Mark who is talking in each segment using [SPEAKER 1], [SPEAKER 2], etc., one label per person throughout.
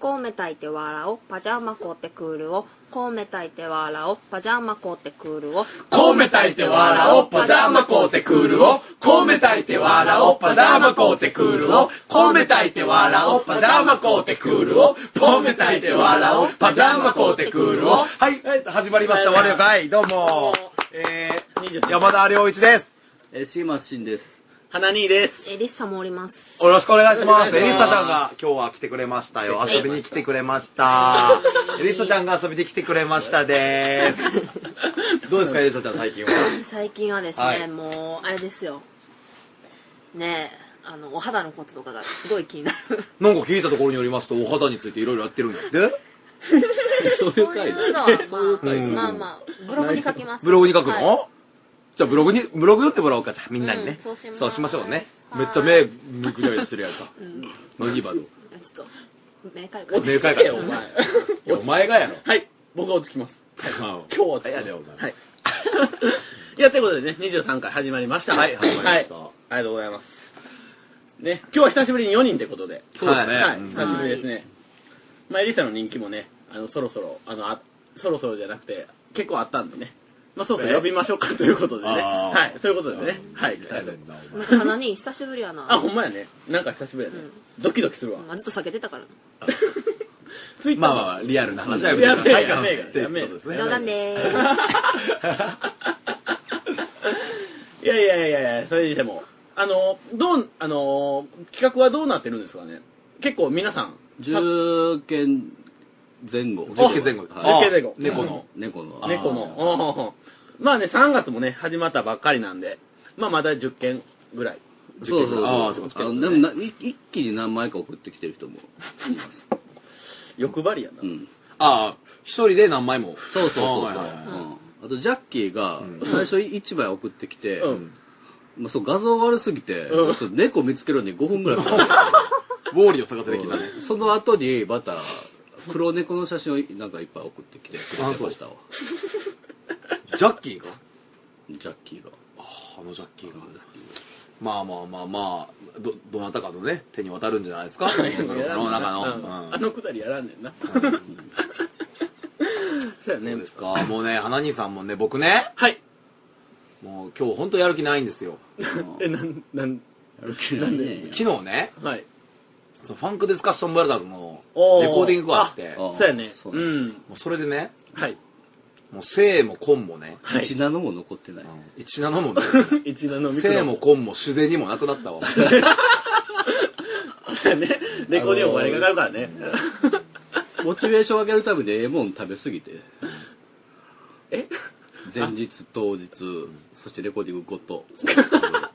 [SPEAKER 1] こうめたいてわらを、パジャマこうてくるを、こうめたいてわらを、パジャマこうてくるを、
[SPEAKER 2] こうめたいてわらをパジャーマこうてくるを、こうめたいてわらをパジャーマこうてくるを、こうめたいてわらをパジャーマこうてくるを、こうめたいてわらをパジャーマこうてくるを。はい、はい始まりました。我の会、どうも。えー、山田良一です。
[SPEAKER 3] えー、シーマシンです。
[SPEAKER 4] 花兄です。
[SPEAKER 1] えりさもおります。
[SPEAKER 2] よろしくお願いします。
[SPEAKER 4] お
[SPEAKER 2] エリ
[SPEAKER 4] 願いします
[SPEAKER 2] サちゃんが今日は来てくれましたよ。遊びに来てくれま した。エリサちゃんが遊びに来てくれましたでー す。どうですか、エリサちゃん最近は。
[SPEAKER 1] 最近はですね、
[SPEAKER 2] はい
[SPEAKER 1] もう、あれですよ。ねえ、あの、お肌のこととかがすごい気になる。
[SPEAKER 2] なんか聞いたところによりますと、お肌についていろいろやってるんだって
[SPEAKER 3] そ う
[SPEAKER 1] そ
[SPEAKER 3] いうう回
[SPEAKER 1] いう のは、まあ、まあまあ、ブログに書きます。
[SPEAKER 2] ブログに書くの、
[SPEAKER 1] はい
[SPEAKER 2] じゃあブログに、ブログ打ってもらおうか、じゃあみんなにね。
[SPEAKER 1] うんそうします
[SPEAKER 2] ましょうね。
[SPEAKER 1] はい
[SPEAKER 2] めっちゃ目、むくりゃりしてるやつだ。
[SPEAKER 1] うん、ち
[SPEAKER 2] 何今の。
[SPEAKER 1] ょっと、明快
[SPEAKER 2] お前かよ、お前。いやお前がやろ。
[SPEAKER 4] はい、僕は落ちきます。
[SPEAKER 2] 今
[SPEAKER 4] 今日は落ち
[SPEAKER 2] や
[SPEAKER 4] き
[SPEAKER 2] で、
[SPEAKER 4] ま
[SPEAKER 2] お
[SPEAKER 4] す
[SPEAKER 2] 前。
[SPEAKER 4] はい。 いや、ということでね、23回始まりました。
[SPEAKER 2] はい始まりました
[SPEAKER 4] はいありがとうございます。ね、今日は久しぶりに4人ってことで。
[SPEAKER 2] そうですね
[SPEAKER 4] はい、
[SPEAKER 2] うん
[SPEAKER 4] 久しぶりですね。まあ、エリサの人気もね、あの、そろそろ、あの、あそろそろじゃなくて、結構あったんでね。まあ、そうそう、
[SPEAKER 2] え
[SPEAKER 4] 呼びましょうかということでね。
[SPEAKER 2] あー
[SPEAKER 4] はい、そういうことでね。はい、
[SPEAKER 2] やねんな、お前。
[SPEAKER 1] 花に久しぶりやな。
[SPEAKER 4] あ、ほんまやね。なんか久しぶりやね。ドキドキするわ。
[SPEAKER 1] まあずっと避けてたからな。
[SPEAKER 4] ツイッ
[SPEAKER 2] ま
[SPEAKER 4] ター
[SPEAKER 2] あまあまあ、リアルな話は
[SPEAKER 4] やめやめやめ
[SPEAKER 2] やめてってことですね。
[SPEAKER 1] 冗談でーす。
[SPEAKER 4] いやいやいやいや、それにしても、あの、どう、あの、企画はどうなってるんですかね。結構皆さん、
[SPEAKER 3] 10件前後。
[SPEAKER 2] 10件前後
[SPEAKER 3] はい
[SPEAKER 4] あ10件前後
[SPEAKER 2] 猫の。
[SPEAKER 3] 猫の。
[SPEAKER 2] あー
[SPEAKER 4] 猫の。 おーまあね、3月もね、始まったばっかりなんで、まあまだ10件ぐらい。
[SPEAKER 3] そうそう
[SPEAKER 2] あー
[SPEAKER 3] そ
[SPEAKER 2] そう
[SPEAKER 3] う
[SPEAKER 2] か
[SPEAKER 3] あ
[SPEAKER 2] そうか
[SPEAKER 3] のでもない一気に何枚か送ってきてる人もいます。
[SPEAKER 4] 欲張りやな。
[SPEAKER 3] うん。
[SPEAKER 2] ああ、一人で何枚も。
[SPEAKER 3] そうそうそうそう。う
[SPEAKER 2] あーはいはいはい
[SPEAKER 3] んあと、ジャッキーが
[SPEAKER 2] うん
[SPEAKER 3] 最初1枚送ってきて、
[SPEAKER 4] うん
[SPEAKER 3] まあ、そう画像悪すぎて、
[SPEAKER 4] うん
[SPEAKER 3] そう猫見つけるのに5分ぐらいかか
[SPEAKER 2] ウォーリーを探せ
[SPEAKER 3] る
[SPEAKER 2] できたね。
[SPEAKER 3] その後に、また、黒猫の写真をなんかいっぱい送ってきてくれてましたわ。
[SPEAKER 2] ジャッキーが
[SPEAKER 3] ジャッ キーが。
[SPEAKER 2] ああのジャッキーが。まあまあまあまあ、ど、どなたかのね、手に渡るんじゃないですか。 世の中の。
[SPEAKER 4] うんあのくだりやらんねんな。 そうや
[SPEAKER 2] ね
[SPEAKER 4] ね。
[SPEAKER 2] ですか。もうね、花兄さんもね、僕ね、
[SPEAKER 4] はい。
[SPEAKER 2] もう今日本当やる気ないんですよ。
[SPEAKER 4] え、なん、なん、
[SPEAKER 3] やる気ないね。
[SPEAKER 2] 昨日ね、
[SPEAKER 4] はい。
[SPEAKER 2] そのファンクディスカッションブラザーズの
[SPEAKER 4] おー
[SPEAKER 2] レコーディングがあって、
[SPEAKER 3] あ
[SPEAKER 2] も
[SPEAKER 3] ー
[SPEAKER 4] そうやね。
[SPEAKER 3] そううだ
[SPEAKER 4] ん。
[SPEAKER 2] うそれでね、
[SPEAKER 4] はい。
[SPEAKER 2] もう生も根もね、
[SPEAKER 4] はい。
[SPEAKER 3] 一ナノも残ってない。
[SPEAKER 2] 一なの もね、
[SPEAKER 4] 一七のミク
[SPEAKER 2] 生
[SPEAKER 4] ロ
[SPEAKER 2] も根も自然にもなくなった わ。
[SPEAKER 4] ね、レコーディオンお金かかるからね。
[SPEAKER 3] モチベーション上げるためにええもん食べすぎて、
[SPEAKER 4] え
[SPEAKER 3] 前日、当日、そしてレコーディングごと、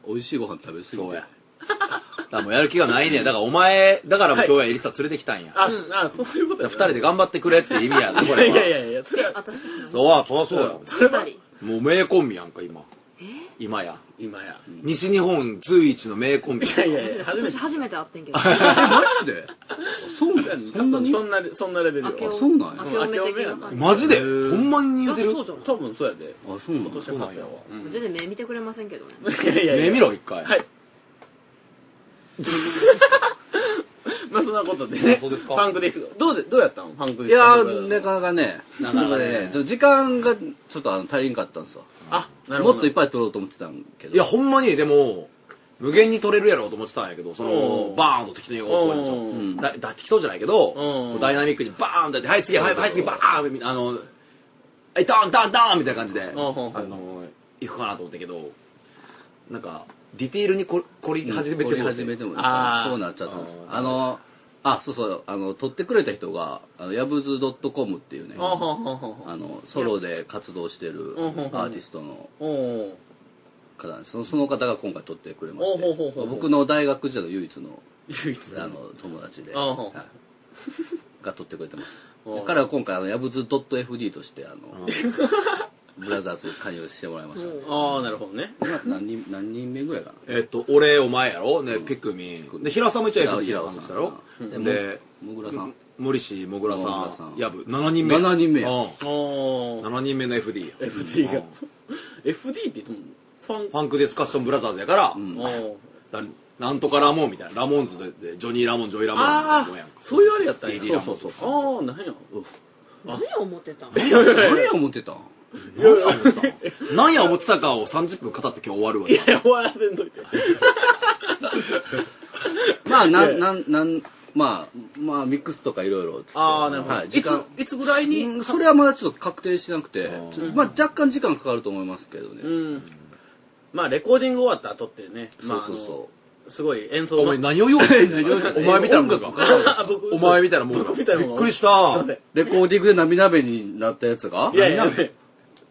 [SPEAKER 3] 美味しいご飯食べすぎ
[SPEAKER 2] そうや
[SPEAKER 3] て。。
[SPEAKER 2] だからもうやる気がないね。だからお前、だからもう今日はエリサ連れてきたんや。
[SPEAKER 4] あ、
[SPEAKER 1] うん
[SPEAKER 4] あ、そういうこと
[SPEAKER 2] 二
[SPEAKER 4] や。
[SPEAKER 2] 人で頑張ってくれって意味やな、こ
[SPEAKER 4] い
[SPEAKER 2] れは。
[SPEAKER 4] やいやいや、それは、
[SPEAKER 1] 私、
[SPEAKER 2] そう、そうそうや。
[SPEAKER 4] それは
[SPEAKER 1] 二人
[SPEAKER 2] もう名コンビやんか、今。今や。
[SPEAKER 4] 今や。
[SPEAKER 2] 西日本随一の名コンビ。
[SPEAKER 4] いやいやいや、初め
[SPEAKER 1] 私
[SPEAKER 4] て。
[SPEAKER 1] 初めて会ってんけど。
[SPEAKER 3] え、マジでそうなのそんなに
[SPEAKER 4] そんな、そんなレベル
[SPEAKER 1] 明け
[SPEAKER 4] よ。
[SPEAKER 1] お
[SPEAKER 3] そうなんや
[SPEAKER 1] 明けおめ的な感じ。
[SPEAKER 2] マジで
[SPEAKER 4] へ
[SPEAKER 2] ほ
[SPEAKER 4] ー
[SPEAKER 2] んまに似てる
[SPEAKER 1] あそうじ
[SPEAKER 4] 多分そうやで。
[SPEAKER 3] あ、そうな
[SPEAKER 4] 今
[SPEAKER 3] の
[SPEAKER 4] 年は初やわ。うん
[SPEAKER 1] 全然目見てくれませんけどね。
[SPEAKER 4] いやいやいや
[SPEAKER 2] 目見ろ、一回。
[SPEAKER 4] はい。 まあそんなことでね。
[SPEAKER 2] そうですか
[SPEAKER 4] ファンクです。どうで、どうやったのファンク
[SPEAKER 3] い
[SPEAKER 4] です。
[SPEAKER 3] やー、なかなかね、
[SPEAKER 2] な
[SPEAKER 3] な
[SPEAKER 2] かなか
[SPEAKER 3] かなか
[SPEAKER 2] ね
[SPEAKER 3] ね、ちょっと時間がちょっとあの足りんかったんですわ。
[SPEAKER 4] あ、なるほ
[SPEAKER 3] も
[SPEAKER 4] ど。
[SPEAKER 3] っといっぱい撮ろうと思ってたんけど。
[SPEAKER 2] いや、ほんまに、でも、無限に取れるやろうと思ってたんやけど、その
[SPEAKER 4] う、ん
[SPEAKER 2] バーンと適当に終わるでし
[SPEAKER 4] う
[SPEAKER 2] ょ。
[SPEAKER 3] うん
[SPEAKER 2] だだ適当じゃないけど、
[SPEAKER 4] うん
[SPEAKER 2] こうダイナミックにバーンってやって、はい、次、はい、はい、次、バーンあの、はい、ドン、ドン、ドンみたいな感じで、あ
[SPEAKER 4] んうん
[SPEAKER 2] の、行くかなと思ったけど、なんか、ディテールにこ凝り始めてもうて
[SPEAKER 3] 撮り始めてもね
[SPEAKER 4] あー
[SPEAKER 3] そうなっちゃったんです
[SPEAKER 2] あー
[SPEAKER 3] あのあそうそうあの撮ってくれた人があのヤブズドットコムっていうね
[SPEAKER 4] あはははは
[SPEAKER 3] あのソロで活動してる
[SPEAKER 4] うんうんうん
[SPEAKER 3] アーティストの
[SPEAKER 4] おお。
[SPEAKER 3] 方なんですそのその方が今回撮ってくれまし
[SPEAKER 4] おうほう
[SPEAKER 3] て
[SPEAKER 4] ほうほう
[SPEAKER 3] 僕の大学時代の唯一の
[SPEAKER 4] 唯一
[SPEAKER 3] あの友達で、
[SPEAKER 4] うんうん
[SPEAKER 3] はいが撮ってくれてます
[SPEAKER 4] うん
[SPEAKER 3] で彼は今回あのヤブズドット FD としてあ
[SPEAKER 2] う
[SPEAKER 3] の
[SPEAKER 2] ん
[SPEAKER 3] ブラザーズ加入してもらいましたね
[SPEAKER 1] も
[SPEAKER 4] ああ、なるほどね。
[SPEAKER 3] 今何人何人目ぐらいかな
[SPEAKER 2] えっと、俺、お前やろ、ね、ピクミン。で、平さんも一応やる
[SPEAKER 3] 平
[SPEAKER 2] 平さ
[SPEAKER 3] 尾さん
[SPEAKER 2] んしたろ。
[SPEAKER 3] うん
[SPEAKER 2] で、
[SPEAKER 3] もぐらさん
[SPEAKER 2] 森氏、もぐら
[SPEAKER 3] もぐら
[SPEAKER 2] さ
[SPEAKER 3] さ
[SPEAKER 2] ん、
[SPEAKER 3] ん
[SPEAKER 2] やぶ、7人目。
[SPEAKER 3] 7人目や
[SPEAKER 2] うん
[SPEAKER 4] おお。
[SPEAKER 2] 7人目の FD や
[SPEAKER 4] FD が
[SPEAKER 2] うん
[SPEAKER 4] FD って言っても、ファン
[SPEAKER 2] ファンクディスカッションブラザーズやから、
[SPEAKER 3] うん
[SPEAKER 4] おー
[SPEAKER 2] だなんとかラモンみたいな。ラモンズで、でジョニー・ラモン、ジョイ・ラモン
[SPEAKER 4] あ
[SPEAKER 2] みたいなもんやん
[SPEAKER 4] あ、そういうあれやったんや。
[SPEAKER 2] DD ラモン
[SPEAKER 4] そうそうそう。ああ、なんや。
[SPEAKER 1] 何を思ってたの
[SPEAKER 4] いやいやいや
[SPEAKER 2] 何や思ってたん何や思ってたん何や思ってたかを30分語って今日終わるわ
[SPEAKER 4] い。や、終わらせんといて。
[SPEAKER 3] まあ、ない
[SPEAKER 4] や
[SPEAKER 3] ん、なん、なん、まあ、まあ、ミックスとかいろいろ。
[SPEAKER 4] ああ、なるほど。
[SPEAKER 3] はい時間
[SPEAKER 4] いついつぐらいに、
[SPEAKER 3] うんそれはまだちょっと確定してなくて
[SPEAKER 2] あ、
[SPEAKER 3] ちょまあ、若干時間かかると思いますけどね。
[SPEAKER 4] うん。まあ、レコーディング終わった後ってね、
[SPEAKER 3] そ
[SPEAKER 4] ま
[SPEAKER 3] う
[SPEAKER 4] あ、あ
[SPEAKER 3] そう
[SPEAKER 4] の
[SPEAKER 3] そ、
[SPEAKER 4] すごい演奏
[SPEAKER 2] お前何を言おうとしてんのお前みたいなもんか。
[SPEAKER 4] あ僕
[SPEAKER 2] お前みたいなもんか。
[SPEAKER 4] 僕
[SPEAKER 2] び
[SPEAKER 4] みたいなもん
[SPEAKER 2] っくりした。
[SPEAKER 3] う。レコーディングで涙目になったやつが
[SPEAKER 4] いやいや、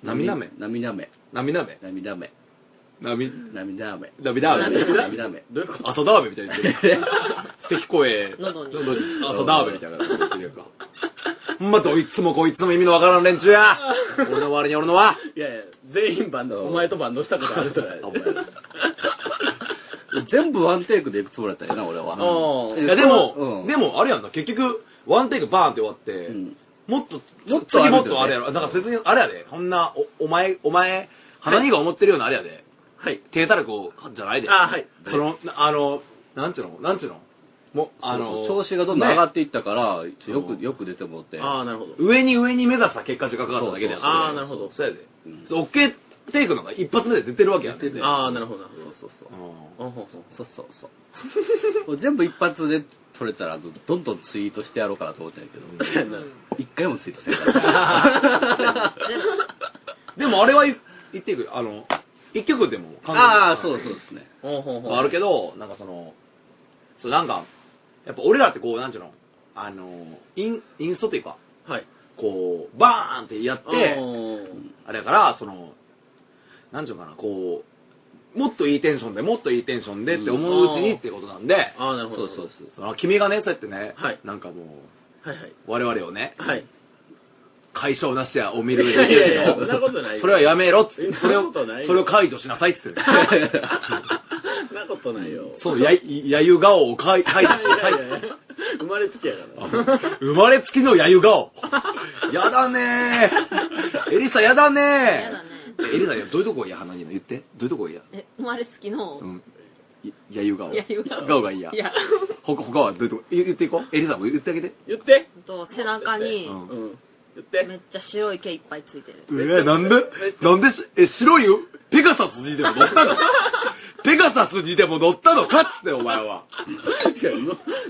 [SPEAKER 2] 涙目
[SPEAKER 3] 涙目。
[SPEAKER 2] 涙目。
[SPEAKER 3] 涙目。
[SPEAKER 2] 涙
[SPEAKER 3] 涙目。
[SPEAKER 2] 涙目。
[SPEAKER 3] 涙目。
[SPEAKER 4] どういうこと
[SPEAKER 2] 朝ダーベみたいに言って る。関声、
[SPEAKER 1] 喉に
[SPEAKER 2] 朝ダーベみたいなこと言ってるやんか。ほんまどいつもこいつも意味のわからん連中や。俺の周りにおるのは。
[SPEAKER 4] いやいや、全員バンド、お前とバンドしたことあるとか。
[SPEAKER 3] 全部ワンテイクでいくつもりやったよな、俺は。
[SPEAKER 4] ああ
[SPEAKER 3] え
[SPEAKER 2] いやでも、
[SPEAKER 3] うん
[SPEAKER 2] でもあれやんな、結局、ワンテイクバーンって終わって、
[SPEAKER 3] うん
[SPEAKER 2] もっと、
[SPEAKER 3] もっと
[SPEAKER 2] 次
[SPEAKER 3] ある
[SPEAKER 2] もっ
[SPEAKER 3] けどね
[SPEAKER 2] とあれやろ。だから別にあれやで、こんな、お、お前、お前、花にが思ってるようなあれやで、
[SPEAKER 4] はい。
[SPEAKER 2] 手たらこじゃないで。
[SPEAKER 4] あはい。
[SPEAKER 2] その、なあの、なんちゅうのなんちゅうのもう、あの、
[SPEAKER 3] 調子がどんどん上が
[SPEAKER 2] ね
[SPEAKER 3] っていったから、よ
[SPEAKER 2] そう
[SPEAKER 3] く、よく出てもらって。
[SPEAKER 4] ああ、なるほど。
[SPEAKER 2] 上に上に目指した結果時間かかっただけで
[SPEAKER 3] そうそうそう
[SPEAKER 4] ああ、なるほど。
[SPEAKER 2] そうやで。
[SPEAKER 3] うん
[SPEAKER 2] そうオッケーテイクなんか一発目で出てるわけやん、
[SPEAKER 3] 出てる
[SPEAKER 4] ああ、なるほど。なる
[SPEAKER 3] そうそうそう
[SPEAKER 2] う。ん
[SPEAKER 4] ほどうんうんうん
[SPEAKER 3] そうそうそう。 全部一発で撮れたら、どどんどんツイートしてやろうかなと思ったんやけど、
[SPEAKER 4] そうや
[SPEAKER 1] う
[SPEAKER 4] なん
[SPEAKER 3] 一回もツイートしてないから。
[SPEAKER 2] でもあれは言っていくあの、一曲でも完全に
[SPEAKER 3] ああ、そうそうですね。
[SPEAKER 4] ほうほうほう
[SPEAKER 2] もあるけど、なんかその、そうなんか、やっぱ俺らってこう、なんちゅうの、あの、イン、インストというか、
[SPEAKER 4] はい。
[SPEAKER 2] こう、バーンってやっ
[SPEAKER 4] あ
[SPEAKER 2] て、
[SPEAKER 4] ー
[SPEAKER 2] あれやから、その、なんちゅうのかな、こう、もっといいテンションで、もっといいテンションでって思ううちにってことなんで、
[SPEAKER 4] あー、なるほ
[SPEAKER 3] そ
[SPEAKER 4] ど。
[SPEAKER 3] うそうそう。
[SPEAKER 2] その君がね、そうやってね、
[SPEAKER 4] はい
[SPEAKER 2] なんかもう、
[SPEAKER 4] はいはい。
[SPEAKER 2] 我々をね、
[SPEAKER 4] はい。
[SPEAKER 2] 解消なしやお見る
[SPEAKER 4] い
[SPEAKER 2] 目で
[SPEAKER 4] や
[SPEAKER 2] 見
[SPEAKER 4] い
[SPEAKER 2] るで
[SPEAKER 4] やい
[SPEAKER 2] し
[SPEAKER 4] や、そんな
[SPEAKER 2] ょ。
[SPEAKER 4] ことない。
[SPEAKER 2] それはやめろっつって、
[SPEAKER 4] そ
[SPEAKER 2] そ
[SPEAKER 4] ん
[SPEAKER 2] れ
[SPEAKER 4] な
[SPEAKER 2] を
[SPEAKER 4] ことない、よ
[SPEAKER 2] それを解除しなさいっつってる。
[SPEAKER 4] そんなことないよ。
[SPEAKER 2] そう、や、やゆ顔を解
[SPEAKER 4] い
[SPEAKER 2] 解除
[SPEAKER 4] や
[SPEAKER 2] し
[SPEAKER 4] い
[SPEAKER 2] なさいっつって
[SPEAKER 4] やいや生まれつきやから。
[SPEAKER 2] 生まれつきのやゆ顔。やだねー。エリサやだねー。
[SPEAKER 1] やだね
[SPEAKER 2] エリサ、どういうとこが嫌花にの言って。どういうとこが嫌
[SPEAKER 1] え生まれつきの
[SPEAKER 2] うん。いやゆ顔。
[SPEAKER 1] やゆ顔
[SPEAKER 2] 顔が嫌
[SPEAKER 1] い。や
[SPEAKER 2] ほか、他はどういうとこ言言っていこう。エリサも言ってあげて。
[SPEAKER 4] 言って。
[SPEAKER 1] ほんと背中に
[SPEAKER 2] うん
[SPEAKER 4] うん。言っ
[SPEAKER 1] め
[SPEAKER 4] て。
[SPEAKER 1] っちゃ白い毛いっぱいついてる
[SPEAKER 2] えー、なんでなんでし、え、白いよペガサスにでも乗ったのペガサスにでも乗ったのかっつって、お前は。
[SPEAKER 4] いやの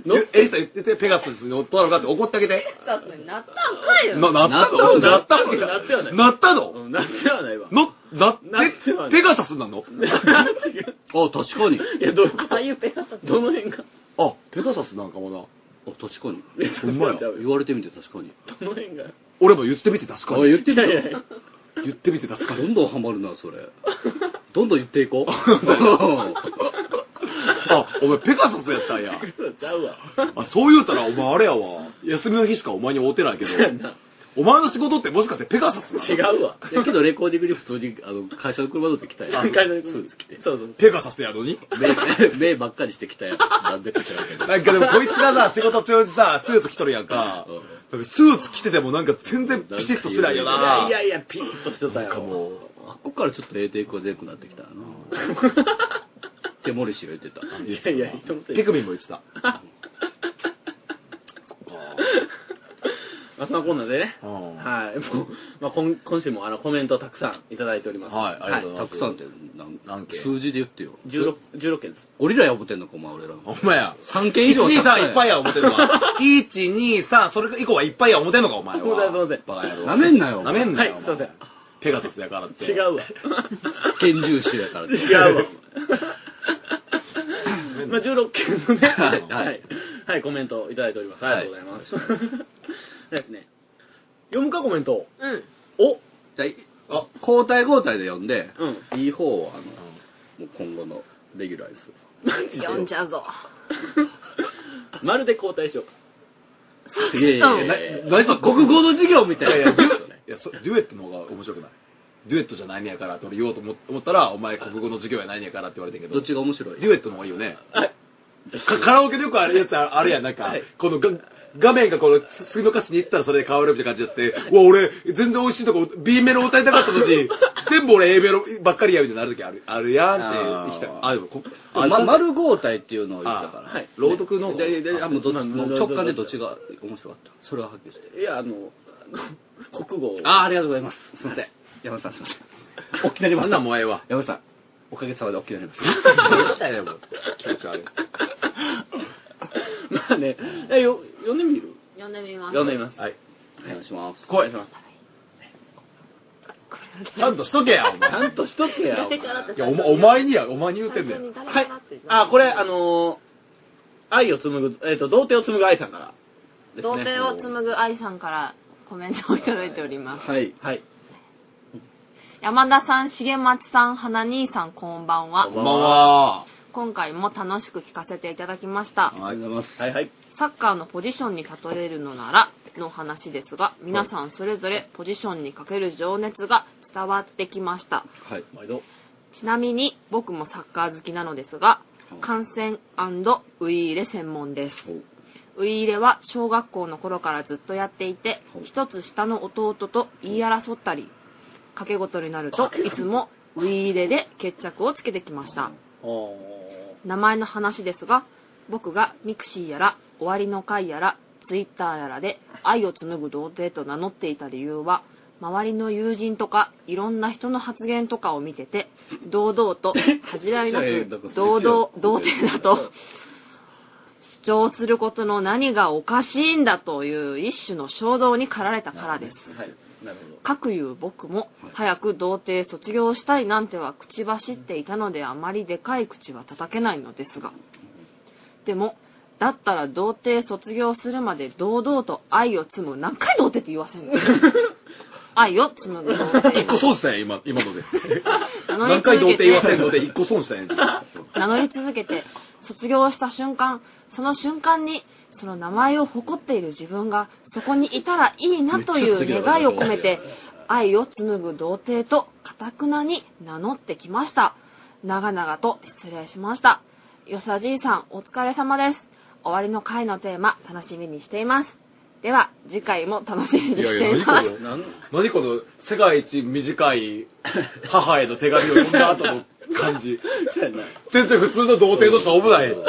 [SPEAKER 4] の
[SPEAKER 2] ゆエリサ言ってて、ペガサスに乗ったのかって怒ってあげて。
[SPEAKER 1] だってなったんかいよ
[SPEAKER 2] な、なったの
[SPEAKER 4] な
[SPEAKER 2] なっ
[SPEAKER 4] っ
[SPEAKER 2] たた
[SPEAKER 4] の
[SPEAKER 2] の
[SPEAKER 4] なったよね
[SPEAKER 2] なったの
[SPEAKER 4] うん、なんではないわ。
[SPEAKER 2] の、なっ
[SPEAKER 4] なってはな
[SPEAKER 2] て、
[SPEAKER 4] い
[SPEAKER 2] ペガサスなの
[SPEAKER 3] あ、確かに。
[SPEAKER 4] いや、どういうこ
[SPEAKER 1] ああいうペガサス
[SPEAKER 4] とどの辺が
[SPEAKER 2] あ、ペガサスなんかもな。
[SPEAKER 3] あ、確かに。
[SPEAKER 2] ほんまや
[SPEAKER 4] ちゃう
[SPEAKER 3] 言
[SPEAKER 4] よ
[SPEAKER 3] われてみて確かに。
[SPEAKER 4] どの辺が
[SPEAKER 2] 俺も言ってみて確か
[SPEAKER 3] あ、
[SPEAKER 2] に。
[SPEAKER 3] 言ってみた
[SPEAKER 4] いやいや
[SPEAKER 2] 言ってみて確か
[SPEAKER 3] ど
[SPEAKER 2] に。
[SPEAKER 3] んどんハマるな、そ れ。どんどん言っていこう。 うん
[SPEAKER 2] あ、お前ペガサスやったんや。
[SPEAKER 4] ちゃうわ。
[SPEAKER 2] あ、そう言うたらお前あれやわ。休みの日しかお前に会うてない けど、お前の仕事ってもしかしてペガサスなの
[SPEAKER 4] 違うわ。
[SPEAKER 3] いやけど、レコーディングに普通に、あの、会社の車乗ってきたやん。
[SPEAKER 4] 会社の車
[SPEAKER 3] スーツ着て。
[SPEAKER 4] そうそう。
[SPEAKER 2] ペガサスやのに
[SPEAKER 3] 目、目ばっかりしてきたやん。なんでか知らんけど。
[SPEAKER 2] なんかでもこいつがさ、仕事中にさ、スーツ着とるやんか。なんかスーツ着ててもなんか全然ピシッとしてないよ
[SPEAKER 4] いや
[SPEAKER 2] な。
[SPEAKER 4] いやいや、ピンとしてた
[SPEAKER 2] なんか
[SPEAKER 4] よ。
[SPEAKER 2] もう、
[SPEAKER 3] あっこからちょっとええテイクが出なくなってきたな。ってモリシーが言ってた。
[SPEAKER 4] いやいや、人のせい
[SPEAKER 2] ピクミンも言って た。
[SPEAKER 4] まあ、そんなこんなでね。
[SPEAKER 2] うん
[SPEAKER 4] はい。もう、まあ、今今週もあのコメントたくさんいただいております。
[SPEAKER 2] はいありがとうござい
[SPEAKER 3] たくさんって何
[SPEAKER 2] 何件
[SPEAKER 3] 数字で言ってよ。
[SPEAKER 4] 16 16件です。
[SPEAKER 3] ゴリラや思ってんのか、お前俺ら。
[SPEAKER 2] ほんまや。
[SPEAKER 3] 3件以上たくさ
[SPEAKER 2] 123
[SPEAKER 3] ん
[SPEAKER 2] いっぱいや思てんの か。123、それ以降はいっぱいや思てんのか、お前は。
[SPEAKER 4] そうだそうだ
[SPEAKER 2] バカ野郎。
[SPEAKER 3] なめんなよ。
[SPEAKER 2] なめんなよ。
[SPEAKER 4] はいすいません
[SPEAKER 2] ペガサスやからって。
[SPEAKER 4] 違うわ。
[SPEAKER 3] 拳銃手やからって。
[SPEAKER 4] 違うわ。 まあ、16件のね、
[SPEAKER 3] はい
[SPEAKER 4] はい、はい、コメントをいただいております。
[SPEAKER 3] はい
[SPEAKER 4] ありがとうございます。 ですね。読むか、コメントを。
[SPEAKER 1] うん
[SPEAKER 4] お
[SPEAKER 3] じゃあ、あ交代交代で呼んで、
[SPEAKER 4] う
[SPEAKER 3] いい方を、あの、もう今後のレギュラーにする。
[SPEAKER 1] 呼んじゃうぞ
[SPEAKER 4] まるで交代しようか。
[SPEAKER 3] いやいやいや、な何それ国語の授業みたいな。
[SPEAKER 2] いや、デュいやそデュエットの方が面白くない。デュエットじゃないねやからって俺言おうと思思ったら、お前国語の授業やないねやからって言われてんけど。
[SPEAKER 3] どっちが面白い
[SPEAKER 2] デュエットの方がいいよね。
[SPEAKER 4] はい。
[SPEAKER 2] かカラオケでよくあれやつああれやん、なんか、
[SPEAKER 4] はい
[SPEAKER 2] このが画面がこのつ次の歌詞に行ったらそれで変わるみたいな感じになって、うわ、俺、全然美味しいとこ B メロ歌いたかったのに、全部俺 A メロばっかりやみたいになる時あるあるやんってきた。あ
[SPEAKER 3] あ
[SPEAKER 2] でもこ、
[SPEAKER 3] ま、丸豪体っていうのを言ったから、
[SPEAKER 2] あ
[SPEAKER 4] はい
[SPEAKER 2] 朗読の
[SPEAKER 3] ででであもうどっち
[SPEAKER 4] まあ
[SPEAKER 3] もう
[SPEAKER 4] ど
[SPEAKER 3] 直感でどっちが面白かったそれははっきりして
[SPEAKER 4] いや、あの、あの国語を
[SPEAKER 3] ああありがとうございますすいません山本さんすいません大きくなりま
[SPEAKER 2] あ
[SPEAKER 3] し
[SPEAKER 2] ん
[SPEAKER 3] た
[SPEAKER 2] な
[SPEAKER 3] 山
[SPEAKER 2] もんええわ。
[SPEAKER 3] 本さんおかげさまで大きくなりました
[SPEAKER 2] 気持ち悪い
[SPEAKER 4] まあね、えよ読んでみる
[SPEAKER 1] 読んでみます。
[SPEAKER 4] 読んでみます。
[SPEAKER 2] はい。
[SPEAKER 3] お願いします
[SPEAKER 4] 怖いします。
[SPEAKER 2] ちゃんとしとけや、お前
[SPEAKER 4] ち。ゃんとしとけや。お前
[SPEAKER 2] いや、お前お前にや、お前に言うてんだ よ。
[SPEAKER 1] は
[SPEAKER 4] はいい。。あ、これ、あのー愛を紡ぐ、えっ、と、童貞を紡ぐ愛さんからですね。
[SPEAKER 1] 童貞を紡ぐ愛さんからコメントをいただいております。
[SPEAKER 3] はい
[SPEAKER 4] はい。
[SPEAKER 1] 山田さん、重松さん、花兄さん、こんばんは
[SPEAKER 4] こ。
[SPEAKER 2] こんばんは。
[SPEAKER 1] 今回も楽しく聞かせていただきました。
[SPEAKER 3] ありがとうございます
[SPEAKER 4] はいはい。
[SPEAKER 1] サッカーのポジションに例えるのならの話ですが、皆さんそれぞれポジションにかける情熱が伝わってきました。
[SPEAKER 3] はい
[SPEAKER 4] 毎度。
[SPEAKER 1] ちなみに僕もサッカー好きなのですが
[SPEAKER 3] はい、
[SPEAKER 1] 観戦ウイーレ専門です。ウイイレは小学校の頃からずっとやっていて
[SPEAKER 3] はい
[SPEAKER 1] 一つ下の弟と言い争ったり掛け事になるといつもウイイレで決着をつけてきました
[SPEAKER 4] お
[SPEAKER 1] 名前の話ですが僕がミクシーやら終わりの会やらツイッターやらで愛を紡ぐ童貞と名乗っていた理由は周りの友人とかいろんな人の発言とかを見てて堂々と恥じらいな
[SPEAKER 3] いやいやだから
[SPEAKER 1] く
[SPEAKER 3] それ
[SPEAKER 1] 堂々童貞だと主張することの何がおかしいんだという一種の衝動に駆られたからです
[SPEAKER 4] はい。なるほど。
[SPEAKER 1] かくいう僕も早く童貞卒業したいなんては口走っていたのであまりでかい口は叩けないのですがでもだったら童貞卒業するまで堂々と愛を紡ぐ何回童貞って言わ せんの愛を紡ぐ童
[SPEAKER 2] 一個
[SPEAKER 1] 貞
[SPEAKER 2] 損したんや、今、今ので。
[SPEAKER 1] 名乗り
[SPEAKER 2] 何回
[SPEAKER 1] 続
[SPEAKER 2] 童
[SPEAKER 1] け
[SPEAKER 2] 貞言わせ
[SPEAKER 1] て
[SPEAKER 2] んので、一個損したんや。
[SPEAKER 1] 名乗り続けて卒業した瞬間その瞬間にその名前を誇っている自分がそこにいたらいいなという願いを込めて愛を紡ぐ童貞とかたくなに名乗ってきました長々と失礼しましたよさじいさんお疲れ様です終わりの回のテーマ楽しみにしていますでは次回も楽しみにしています
[SPEAKER 2] いやいや何これ
[SPEAKER 4] なん
[SPEAKER 2] 何この世界一短い母への手紙を読んだ後の感 じ。
[SPEAKER 4] そうやな
[SPEAKER 2] 全然普通の童貞としか思えない。こ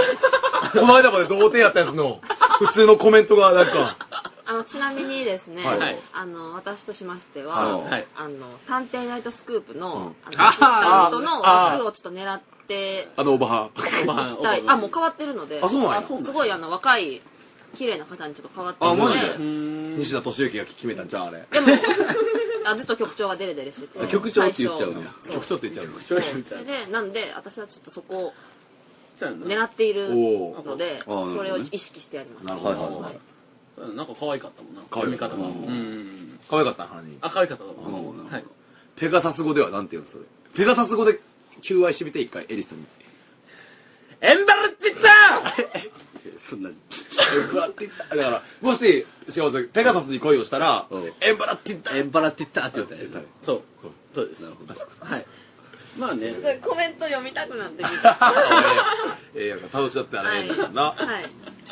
[SPEAKER 2] の間まで童貞やったやつの普通のコメントがなんか、
[SPEAKER 1] あのちなみにですね、
[SPEAKER 2] はい
[SPEAKER 1] あの私としまして
[SPEAKER 2] あ
[SPEAKER 1] は、
[SPEAKER 2] の
[SPEAKER 4] はい。
[SPEAKER 1] あの「探偵ナイトスクープ
[SPEAKER 2] うん
[SPEAKER 1] の」あの
[SPEAKER 4] あ
[SPEAKER 1] アカウントの
[SPEAKER 2] あー
[SPEAKER 1] 枠をちょっと狙って
[SPEAKER 2] あのおばはん。
[SPEAKER 4] おば
[SPEAKER 1] い
[SPEAKER 4] は
[SPEAKER 1] きたいあもう変わってるので
[SPEAKER 2] あそうなんや
[SPEAKER 1] あすごいあの若い綺麗な方にちょっと変わって
[SPEAKER 2] あ
[SPEAKER 1] るの
[SPEAKER 2] マ
[SPEAKER 1] で
[SPEAKER 2] ジで
[SPEAKER 4] ん
[SPEAKER 2] 西田敏行が決めたんじゃん、あれ。
[SPEAKER 1] でも あずっと局長がデレデレしてて
[SPEAKER 3] 局長って言っちゃうね
[SPEAKER 1] 最
[SPEAKER 2] 局
[SPEAKER 1] 初
[SPEAKER 2] 長って言っちゃうの。
[SPEAKER 4] 正
[SPEAKER 1] そう
[SPEAKER 4] 直
[SPEAKER 1] それでなんで私はちょっとそこを
[SPEAKER 4] そうやな
[SPEAKER 1] 狙っている
[SPEAKER 2] おー
[SPEAKER 1] ので
[SPEAKER 3] あーなるほどね
[SPEAKER 1] それを意識してやりました
[SPEAKER 2] なるほど
[SPEAKER 3] はいはいはい
[SPEAKER 1] い
[SPEAKER 4] そうやななんか可愛かったもんな。
[SPEAKER 2] 可愛かった
[SPEAKER 4] 読み方も
[SPEAKER 3] うん
[SPEAKER 4] うん。
[SPEAKER 2] 可愛かった、花に。
[SPEAKER 4] あ、可愛かったと
[SPEAKER 3] なるほ
[SPEAKER 4] 思
[SPEAKER 3] ど
[SPEAKER 4] う。
[SPEAKER 3] な
[SPEAKER 4] はい。
[SPEAKER 2] ペガサス語ではなんて言うんそれ。ペガサス語で求愛してみて、一回、エリスに。
[SPEAKER 4] エンバルって言った
[SPEAKER 3] そんな
[SPEAKER 2] エンバラって言った。だから、もし、幸せ、ペガサスに恋をしたら
[SPEAKER 3] うん、
[SPEAKER 2] エンバラって言った。
[SPEAKER 3] エンバラって言ったって言ったやつ
[SPEAKER 2] はい
[SPEAKER 4] そう。そうです。
[SPEAKER 3] なるほど
[SPEAKER 4] はい。まあね。
[SPEAKER 1] それコメント読みたくなってき
[SPEAKER 2] ええやんか、楽しかったらええやんか
[SPEAKER 1] た
[SPEAKER 2] な。
[SPEAKER 1] はい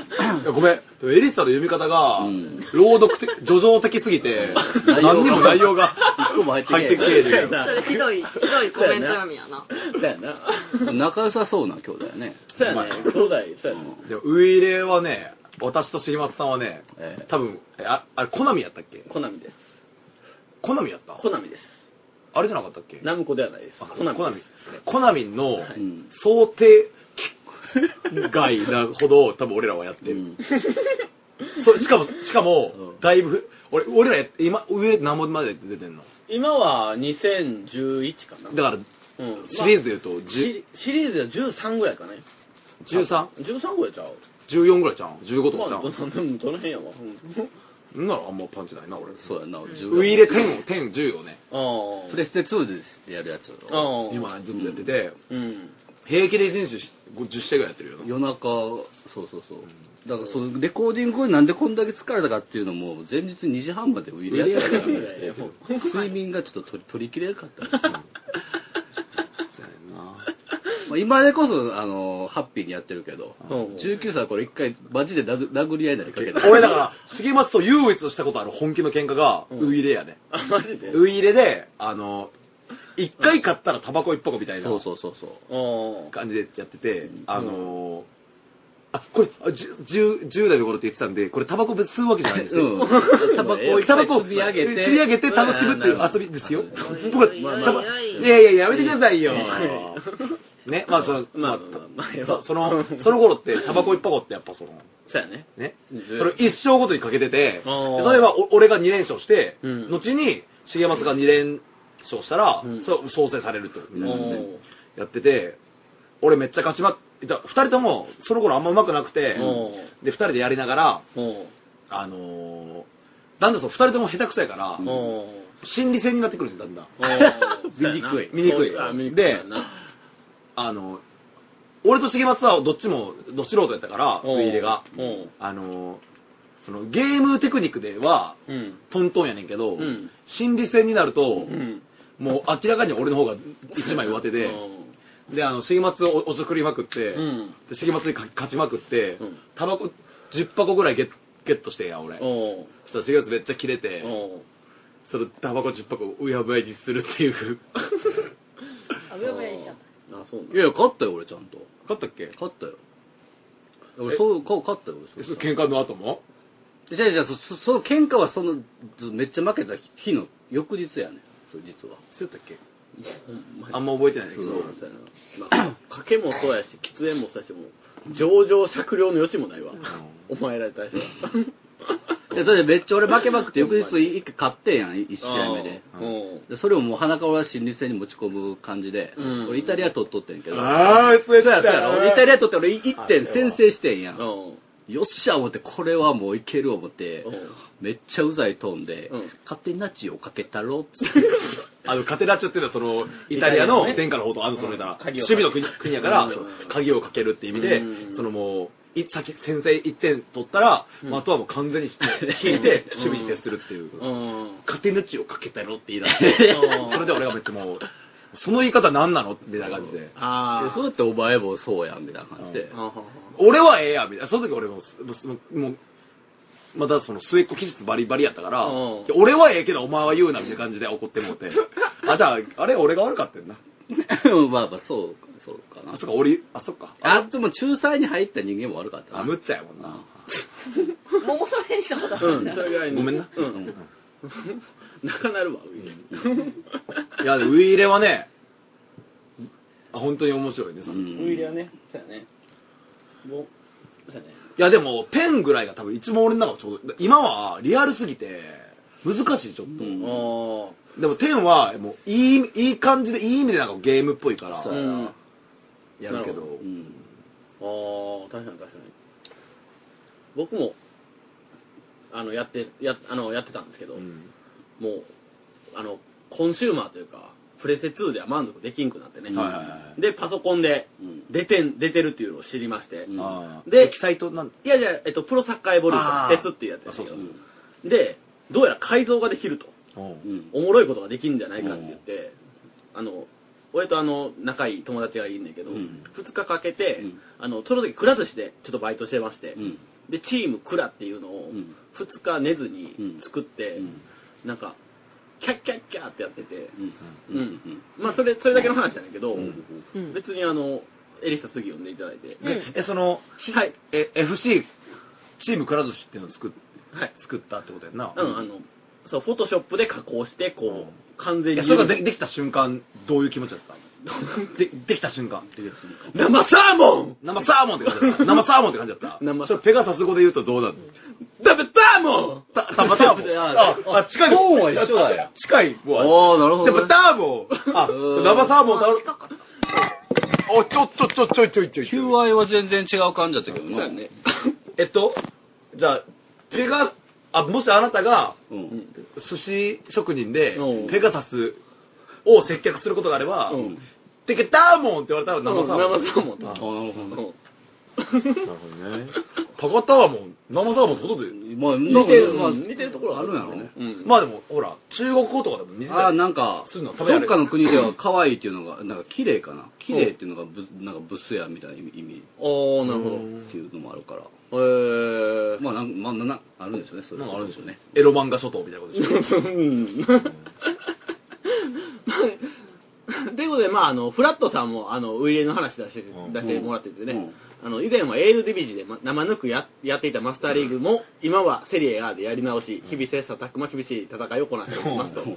[SPEAKER 2] いやごめん、でもエリスさんの読み方が、
[SPEAKER 3] うん
[SPEAKER 2] 朗読的、叙情的すぎて、
[SPEAKER 3] 内容が
[SPEAKER 2] 何にも内容が
[SPEAKER 3] 一個も入ってけえ
[SPEAKER 2] 入ってけえ
[SPEAKER 4] そうや
[SPEAKER 2] ね
[SPEAKER 4] な
[SPEAKER 1] それひどいひどいコメント読みやな
[SPEAKER 4] そうやな。
[SPEAKER 3] 仲良さそうな兄弟やね
[SPEAKER 4] そうやね。兄弟、そうやね。
[SPEAKER 3] う
[SPEAKER 2] でもウイイレはね、私と重松さんはね、
[SPEAKER 3] ええ
[SPEAKER 2] 多分、えああれ、コナミやったっけ
[SPEAKER 4] コナミです。
[SPEAKER 2] コナミやった
[SPEAKER 4] コナミです。
[SPEAKER 2] あれじゃなかったっけ
[SPEAKER 4] ナムコではないです。
[SPEAKER 2] あ
[SPEAKER 4] コナミ
[SPEAKER 2] コナ
[SPEAKER 4] で
[SPEAKER 2] ミ
[SPEAKER 4] す。。
[SPEAKER 2] コナミの
[SPEAKER 3] ん
[SPEAKER 2] 想定外なほど、多分俺らはやって
[SPEAKER 3] う
[SPEAKER 2] る。
[SPEAKER 3] ん
[SPEAKER 2] それしかも、しかも
[SPEAKER 3] う、ん
[SPEAKER 2] だいぶ、俺、俺らやって、今、上何本まで出てんの
[SPEAKER 4] 今は2011かな。
[SPEAKER 2] だから、
[SPEAKER 4] うん
[SPEAKER 2] シリー
[SPEAKER 4] ズ、
[SPEAKER 2] ズで言うと、
[SPEAKER 4] シリシリーズでは13ぐらいかね。
[SPEAKER 2] 13?14
[SPEAKER 4] 13ぐらいちゃう。
[SPEAKER 2] ぐらいちゃん ?15 とかちゃ
[SPEAKER 4] まあ、ど
[SPEAKER 2] ん
[SPEAKER 4] のどの辺やわ。うん
[SPEAKER 2] んならあんまパンチないな、俺。
[SPEAKER 3] そうやな10
[SPEAKER 2] ウイイレ10を、10、10をね、
[SPEAKER 4] ああ。
[SPEAKER 3] プレステ2でやるやつ
[SPEAKER 4] ああ。
[SPEAKER 2] 今ずっとやってて、
[SPEAKER 4] うん。
[SPEAKER 2] 平気で人種し10社ぐらいやってるよな。
[SPEAKER 3] 夜中そうそうそうだからそのレコーディング後になんでこんだけ疲れたかっていうのも前日2時半までウィリアムやってたから
[SPEAKER 4] いやいやもう
[SPEAKER 3] 睡眠がちょっと取り取りきれなかった、ま
[SPEAKER 2] そうやな
[SPEAKER 3] あ、今でこそあのはハッピーにやってるけど、
[SPEAKER 4] うん
[SPEAKER 3] 19歳はこれ一回マジで殴殴り合いになりかけ た。
[SPEAKER 2] 俺だから、重松と唯一したことある本気の喧嘩が、
[SPEAKER 4] うん
[SPEAKER 2] ウイレやね。
[SPEAKER 4] あ、マジで
[SPEAKER 2] ウイレで、あの、一回買ったらタバコ一箱みたいな
[SPEAKER 3] そうそうそうそう。
[SPEAKER 4] うん
[SPEAKER 2] 感じでやってて、あのー、あ、これ、あじゅ10、10代の頃って言ってたんで、これタバコ別吸うわけじゃないんですよ。
[SPEAKER 3] うん。 タバコを
[SPEAKER 2] タバコを
[SPEAKER 3] 積み上げて。
[SPEAKER 2] 積み上げて楽しむっていう遊びですよ。僕は、
[SPEAKER 4] まあまあ
[SPEAKER 2] タバいやいや、やめてくださいよ。ね、まあその、
[SPEAKER 4] ま
[SPEAKER 2] ま
[SPEAKER 4] あ
[SPEAKER 2] あ
[SPEAKER 4] まあまあ、
[SPEAKER 2] そその、その頃ってタバコ一箱ってやっぱその、
[SPEAKER 4] そうやね。
[SPEAKER 2] ね、そ
[SPEAKER 4] そ
[SPEAKER 2] れを一生ごとにかけてて、
[SPEAKER 4] あ
[SPEAKER 2] で
[SPEAKER 4] ー
[SPEAKER 2] 例えばお俺が2連勝して、
[SPEAKER 4] うん
[SPEAKER 2] 後に重松が2連勝したら、
[SPEAKER 4] うん
[SPEAKER 2] そう創生されるってことみたいなねやってて、俺めっちゃ勝ちまくって、2人ともその頃あんま上手くなくて、で、2人でやりながら、あのー、だんだんそう、2人とも下手くそやから、 心理戦になってくるんだんだん。見にくいであの、俺と重松はどっちも、ど素人やったから、
[SPEAKER 4] お
[SPEAKER 2] 食い入れが。
[SPEAKER 4] お
[SPEAKER 2] あの、そのゲームテクニックでは、
[SPEAKER 4] うん
[SPEAKER 2] トントンやねんけど、
[SPEAKER 4] うん
[SPEAKER 2] 心理戦になると、
[SPEAKER 4] うん
[SPEAKER 2] もう明らかに俺の方が一枚上手で、で、あの、重松をおおちょくりまくって、
[SPEAKER 4] うん
[SPEAKER 2] で重松にか勝ちまくって、
[SPEAKER 4] うん
[SPEAKER 2] タバコ10箱ぐらいゲッゲットしてんや、俺。
[SPEAKER 4] おう
[SPEAKER 2] そしたら重松めっちゃキレて、
[SPEAKER 4] おう
[SPEAKER 2] そのタバコ10箱をうやむやにするっていう。
[SPEAKER 1] あぶやぶやにしちゃっ
[SPEAKER 4] あそうなん
[SPEAKER 3] いやいや、勝ったよ、俺ちゃんと。
[SPEAKER 2] 勝ったっけ
[SPEAKER 3] 勝ったよ。俺、そう、か勝ったよ、
[SPEAKER 2] え
[SPEAKER 3] 俺。
[SPEAKER 2] その喧嘩の後も
[SPEAKER 3] じゃあじゃあそ、そその喧嘩はその、めっちゃ負けた日の翌日やねん。そう、実は。
[SPEAKER 2] そうやったっけ
[SPEAKER 4] ほんまに
[SPEAKER 2] あんま覚えてないんだ
[SPEAKER 3] そ
[SPEAKER 2] け
[SPEAKER 3] う
[SPEAKER 2] ど、
[SPEAKER 3] なんですよね。
[SPEAKER 4] まあ賭けもそうや し喫煙もそうやしもう情状酌量の余地もないわお前らに対して
[SPEAKER 3] いやそれでめっちゃ俺負けまくって、翌日一回勝ってんやん、1試合目で。
[SPEAKER 4] おう
[SPEAKER 3] でそれをもう鼻から俺は心理戦に持ち込む感じで、
[SPEAKER 4] うん
[SPEAKER 3] 俺イタリア取っとってんけど、
[SPEAKER 2] ああ、そうや
[SPEAKER 3] そうやそうやろイタリア取って俺1点
[SPEAKER 2] あ
[SPEAKER 3] 先制してんやん。
[SPEAKER 4] おう
[SPEAKER 3] よっしゃ思って、これはもういける思って
[SPEAKER 4] お、う
[SPEAKER 3] めっちゃうざい飛んで、
[SPEAKER 4] うん
[SPEAKER 3] 勝手にナチをかけたろっつって。
[SPEAKER 2] あの、カテラッチョっていうのは、その、イタリア
[SPEAKER 4] イタリアのね
[SPEAKER 2] の天下の方とアンソネだ、
[SPEAKER 4] 鍵を
[SPEAKER 2] 守備の国国やから、
[SPEAKER 4] うん
[SPEAKER 2] そう鍵をかけるって意味で
[SPEAKER 4] う、ん
[SPEAKER 2] そのもう、い先先制1点取ったら、
[SPEAKER 4] うん
[SPEAKER 2] まああとはもう完全に引いて
[SPEAKER 4] う、ん
[SPEAKER 2] 守備に徹するっていう。
[SPEAKER 4] うん
[SPEAKER 2] カテナッチをかけたろって言い出して、それで俺がめっちゃもう、その言い方何なのみたいな感じで。
[SPEAKER 4] あ
[SPEAKER 3] で
[SPEAKER 4] あ
[SPEAKER 3] そうやってお前もそうやん、みたいな感じで
[SPEAKER 4] あ。はは
[SPEAKER 2] 俺はええやんみたいな。その時俺もす、もう、もうまだその末っ子技術バリバリやったから、
[SPEAKER 4] うん
[SPEAKER 2] いや俺はええけどお前は言うなみたいな感じで怒ってもうて。あ、じゃあ、あれ俺が悪かったよな。
[SPEAKER 3] まあまあ、そう、そうかな
[SPEAKER 2] あ、。そっか、俺、あ、そっか。
[SPEAKER 3] あ、でも仲裁に入った人間も悪かったな。
[SPEAKER 2] あ、むっちゃやもんな。
[SPEAKER 1] た。桃の連鎖だ。
[SPEAKER 4] うんそれぐらいの
[SPEAKER 2] ごめんな
[SPEAKER 4] う
[SPEAKER 3] うん
[SPEAKER 4] んなかなるわ
[SPEAKER 2] いや、でもウイイレはね、あ本当に面白いね、その
[SPEAKER 3] う
[SPEAKER 2] い
[SPEAKER 3] ん
[SPEAKER 4] ウイリアねそうやねもうそうやね
[SPEAKER 2] や、でも、ペンぐらいが多分一番俺の中はちょうど、今はリアルすぎて、難しい、ちょっと。
[SPEAKER 3] うん
[SPEAKER 4] あ
[SPEAKER 2] でも、テンは、もう、いい、いい感じで、いい意味でなんかゲームっぽいから
[SPEAKER 3] そ、
[SPEAKER 4] あ
[SPEAKER 3] う
[SPEAKER 4] うんあ
[SPEAKER 2] やるけ
[SPEAKER 4] なる
[SPEAKER 2] ど
[SPEAKER 3] う。ん。
[SPEAKER 4] あ確かに確かに僕もあのやってやあのやってたんですけど、
[SPEAKER 2] うん
[SPEAKER 4] もうあのコンシューマーというかプレセ2では満足できんくなってね、
[SPEAKER 2] はいはいはいはい
[SPEAKER 4] でパソコンで
[SPEAKER 3] うん
[SPEAKER 4] 出てん出てるっていうのを知りまして、
[SPEAKER 3] うん
[SPEAKER 2] あー
[SPEAKER 4] で
[SPEAKER 2] エキサイトなん
[SPEAKER 4] いやいや、えっと、プロサッカーエボリューション
[SPEAKER 2] あー
[SPEAKER 4] 鉄っていうやつですけど
[SPEAKER 2] あそう
[SPEAKER 4] でどうやら改造ができると
[SPEAKER 3] う。
[SPEAKER 2] うん
[SPEAKER 4] おもろいことができるんじゃないかって言って、あの俺とあの仲いい友達がいるんだけど、
[SPEAKER 3] うん
[SPEAKER 4] 2日かけて、
[SPEAKER 3] うん
[SPEAKER 4] あのその時くら寿司でちょっとバイトしてまして、
[SPEAKER 3] うん。
[SPEAKER 4] でチームくらっていうのを
[SPEAKER 3] うん
[SPEAKER 4] 2日寝ずに
[SPEAKER 3] うん
[SPEAKER 4] 作って、
[SPEAKER 3] うん
[SPEAKER 4] なんかキャッキャッキャーってやってて、
[SPEAKER 3] うん。
[SPEAKER 4] うんまあそれそれだけの話なんだけど、
[SPEAKER 2] うん
[SPEAKER 1] うん。
[SPEAKER 4] 別にあのエリサ次呼んでいただいて、
[SPEAKER 1] うん
[SPEAKER 4] で
[SPEAKER 2] え、その、
[SPEAKER 4] はい
[SPEAKER 2] え、FC、チームくら寿司っていうのを作っ
[SPEAKER 4] はい
[SPEAKER 2] 作ったってことやんな。
[SPEAKER 4] うん、あのそうフォトショップで加工してこう、
[SPEAKER 2] うん
[SPEAKER 4] 完全
[SPEAKER 2] い
[SPEAKER 4] に
[SPEAKER 2] やそれがでできた瞬間、どういう気持ちだったでできた瞬間。
[SPEAKER 4] 生サーモン
[SPEAKER 2] 生サーモンって感じだった。生サーモンって感じだった。
[SPEAKER 4] 生
[SPEAKER 2] それペガサス語で言うとどうなるの
[SPEAKER 4] 食べサーモン
[SPEAKER 2] た生サーモン。あ、あ近い。
[SPEAKER 3] トーンは一緒だよ。
[SPEAKER 2] 近い
[SPEAKER 3] あ
[SPEAKER 2] わ。
[SPEAKER 3] あ、なるほ
[SPEAKER 2] でも
[SPEAKER 3] ど、ね。
[SPEAKER 2] ターボあ、
[SPEAKER 3] うん
[SPEAKER 2] 生サーモンだろ
[SPEAKER 1] 近かった。
[SPEAKER 2] お、ちょ、ちょ、ちょ、ちょいちょいちょいちょい。
[SPEAKER 3] QI は全然違う感じだったけど
[SPEAKER 4] そうや
[SPEAKER 3] な。
[SPEAKER 4] ね
[SPEAKER 2] えっと、じゃあ、ペガ、あ、もしあなたが
[SPEAKER 3] うん。
[SPEAKER 2] 寿司職人で
[SPEAKER 4] うん、
[SPEAKER 2] ペガサスを接客することがあれば
[SPEAKER 4] う、ん
[SPEAKER 2] てけターモンって言われたら生サーモン。
[SPEAKER 4] 生サーモン
[SPEAKER 3] ああ、なるほどね。
[SPEAKER 4] うん
[SPEAKER 2] なるほどね。高田はもう、生さはもうほとんど、
[SPEAKER 3] まあ、
[SPEAKER 4] 似てる
[SPEAKER 3] まあ、
[SPEAKER 4] 似てるところあるんやろね。
[SPEAKER 2] ま
[SPEAKER 4] まあ、
[SPEAKER 2] あでも、ほら、中国語とかでも似て
[SPEAKER 3] あ
[SPEAKER 2] た
[SPEAKER 3] あ、
[SPEAKER 2] よ。
[SPEAKER 3] なんか、
[SPEAKER 2] すんの食べられ
[SPEAKER 3] どっ
[SPEAKER 2] る
[SPEAKER 3] かの国では可愛いっていうのが、なんか綺麗かな。綺麗っていうのがぶ、なんかブスやみたいな意味意味
[SPEAKER 4] おー、なるほど。
[SPEAKER 3] っていうのもあるから。
[SPEAKER 4] えー。
[SPEAKER 3] まあ、なんまあ、な、あるんですよね。それ
[SPEAKER 2] なんかあるんでしょ
[SPEAKER 3] すよ
[SPEAKER 2] うね。。エロ漫画諸島みたいなことで しょ。
[SPEAKER 4] うん。 ということで、まあ、あの、フラットさんも、あの、ウイイレの話出して、
[SPEAKER 2] うん
[SPEAKER 4] 出してもらっててね、
[SPEAKER 3] うん
[SPEAKER 4] あの、以前はエールディビジで、ま、生抜くややっていたマスターリーグも、今はセリエ A でやり直し、日々切磋琢磨厳しい戦いをこなしておりますと。うん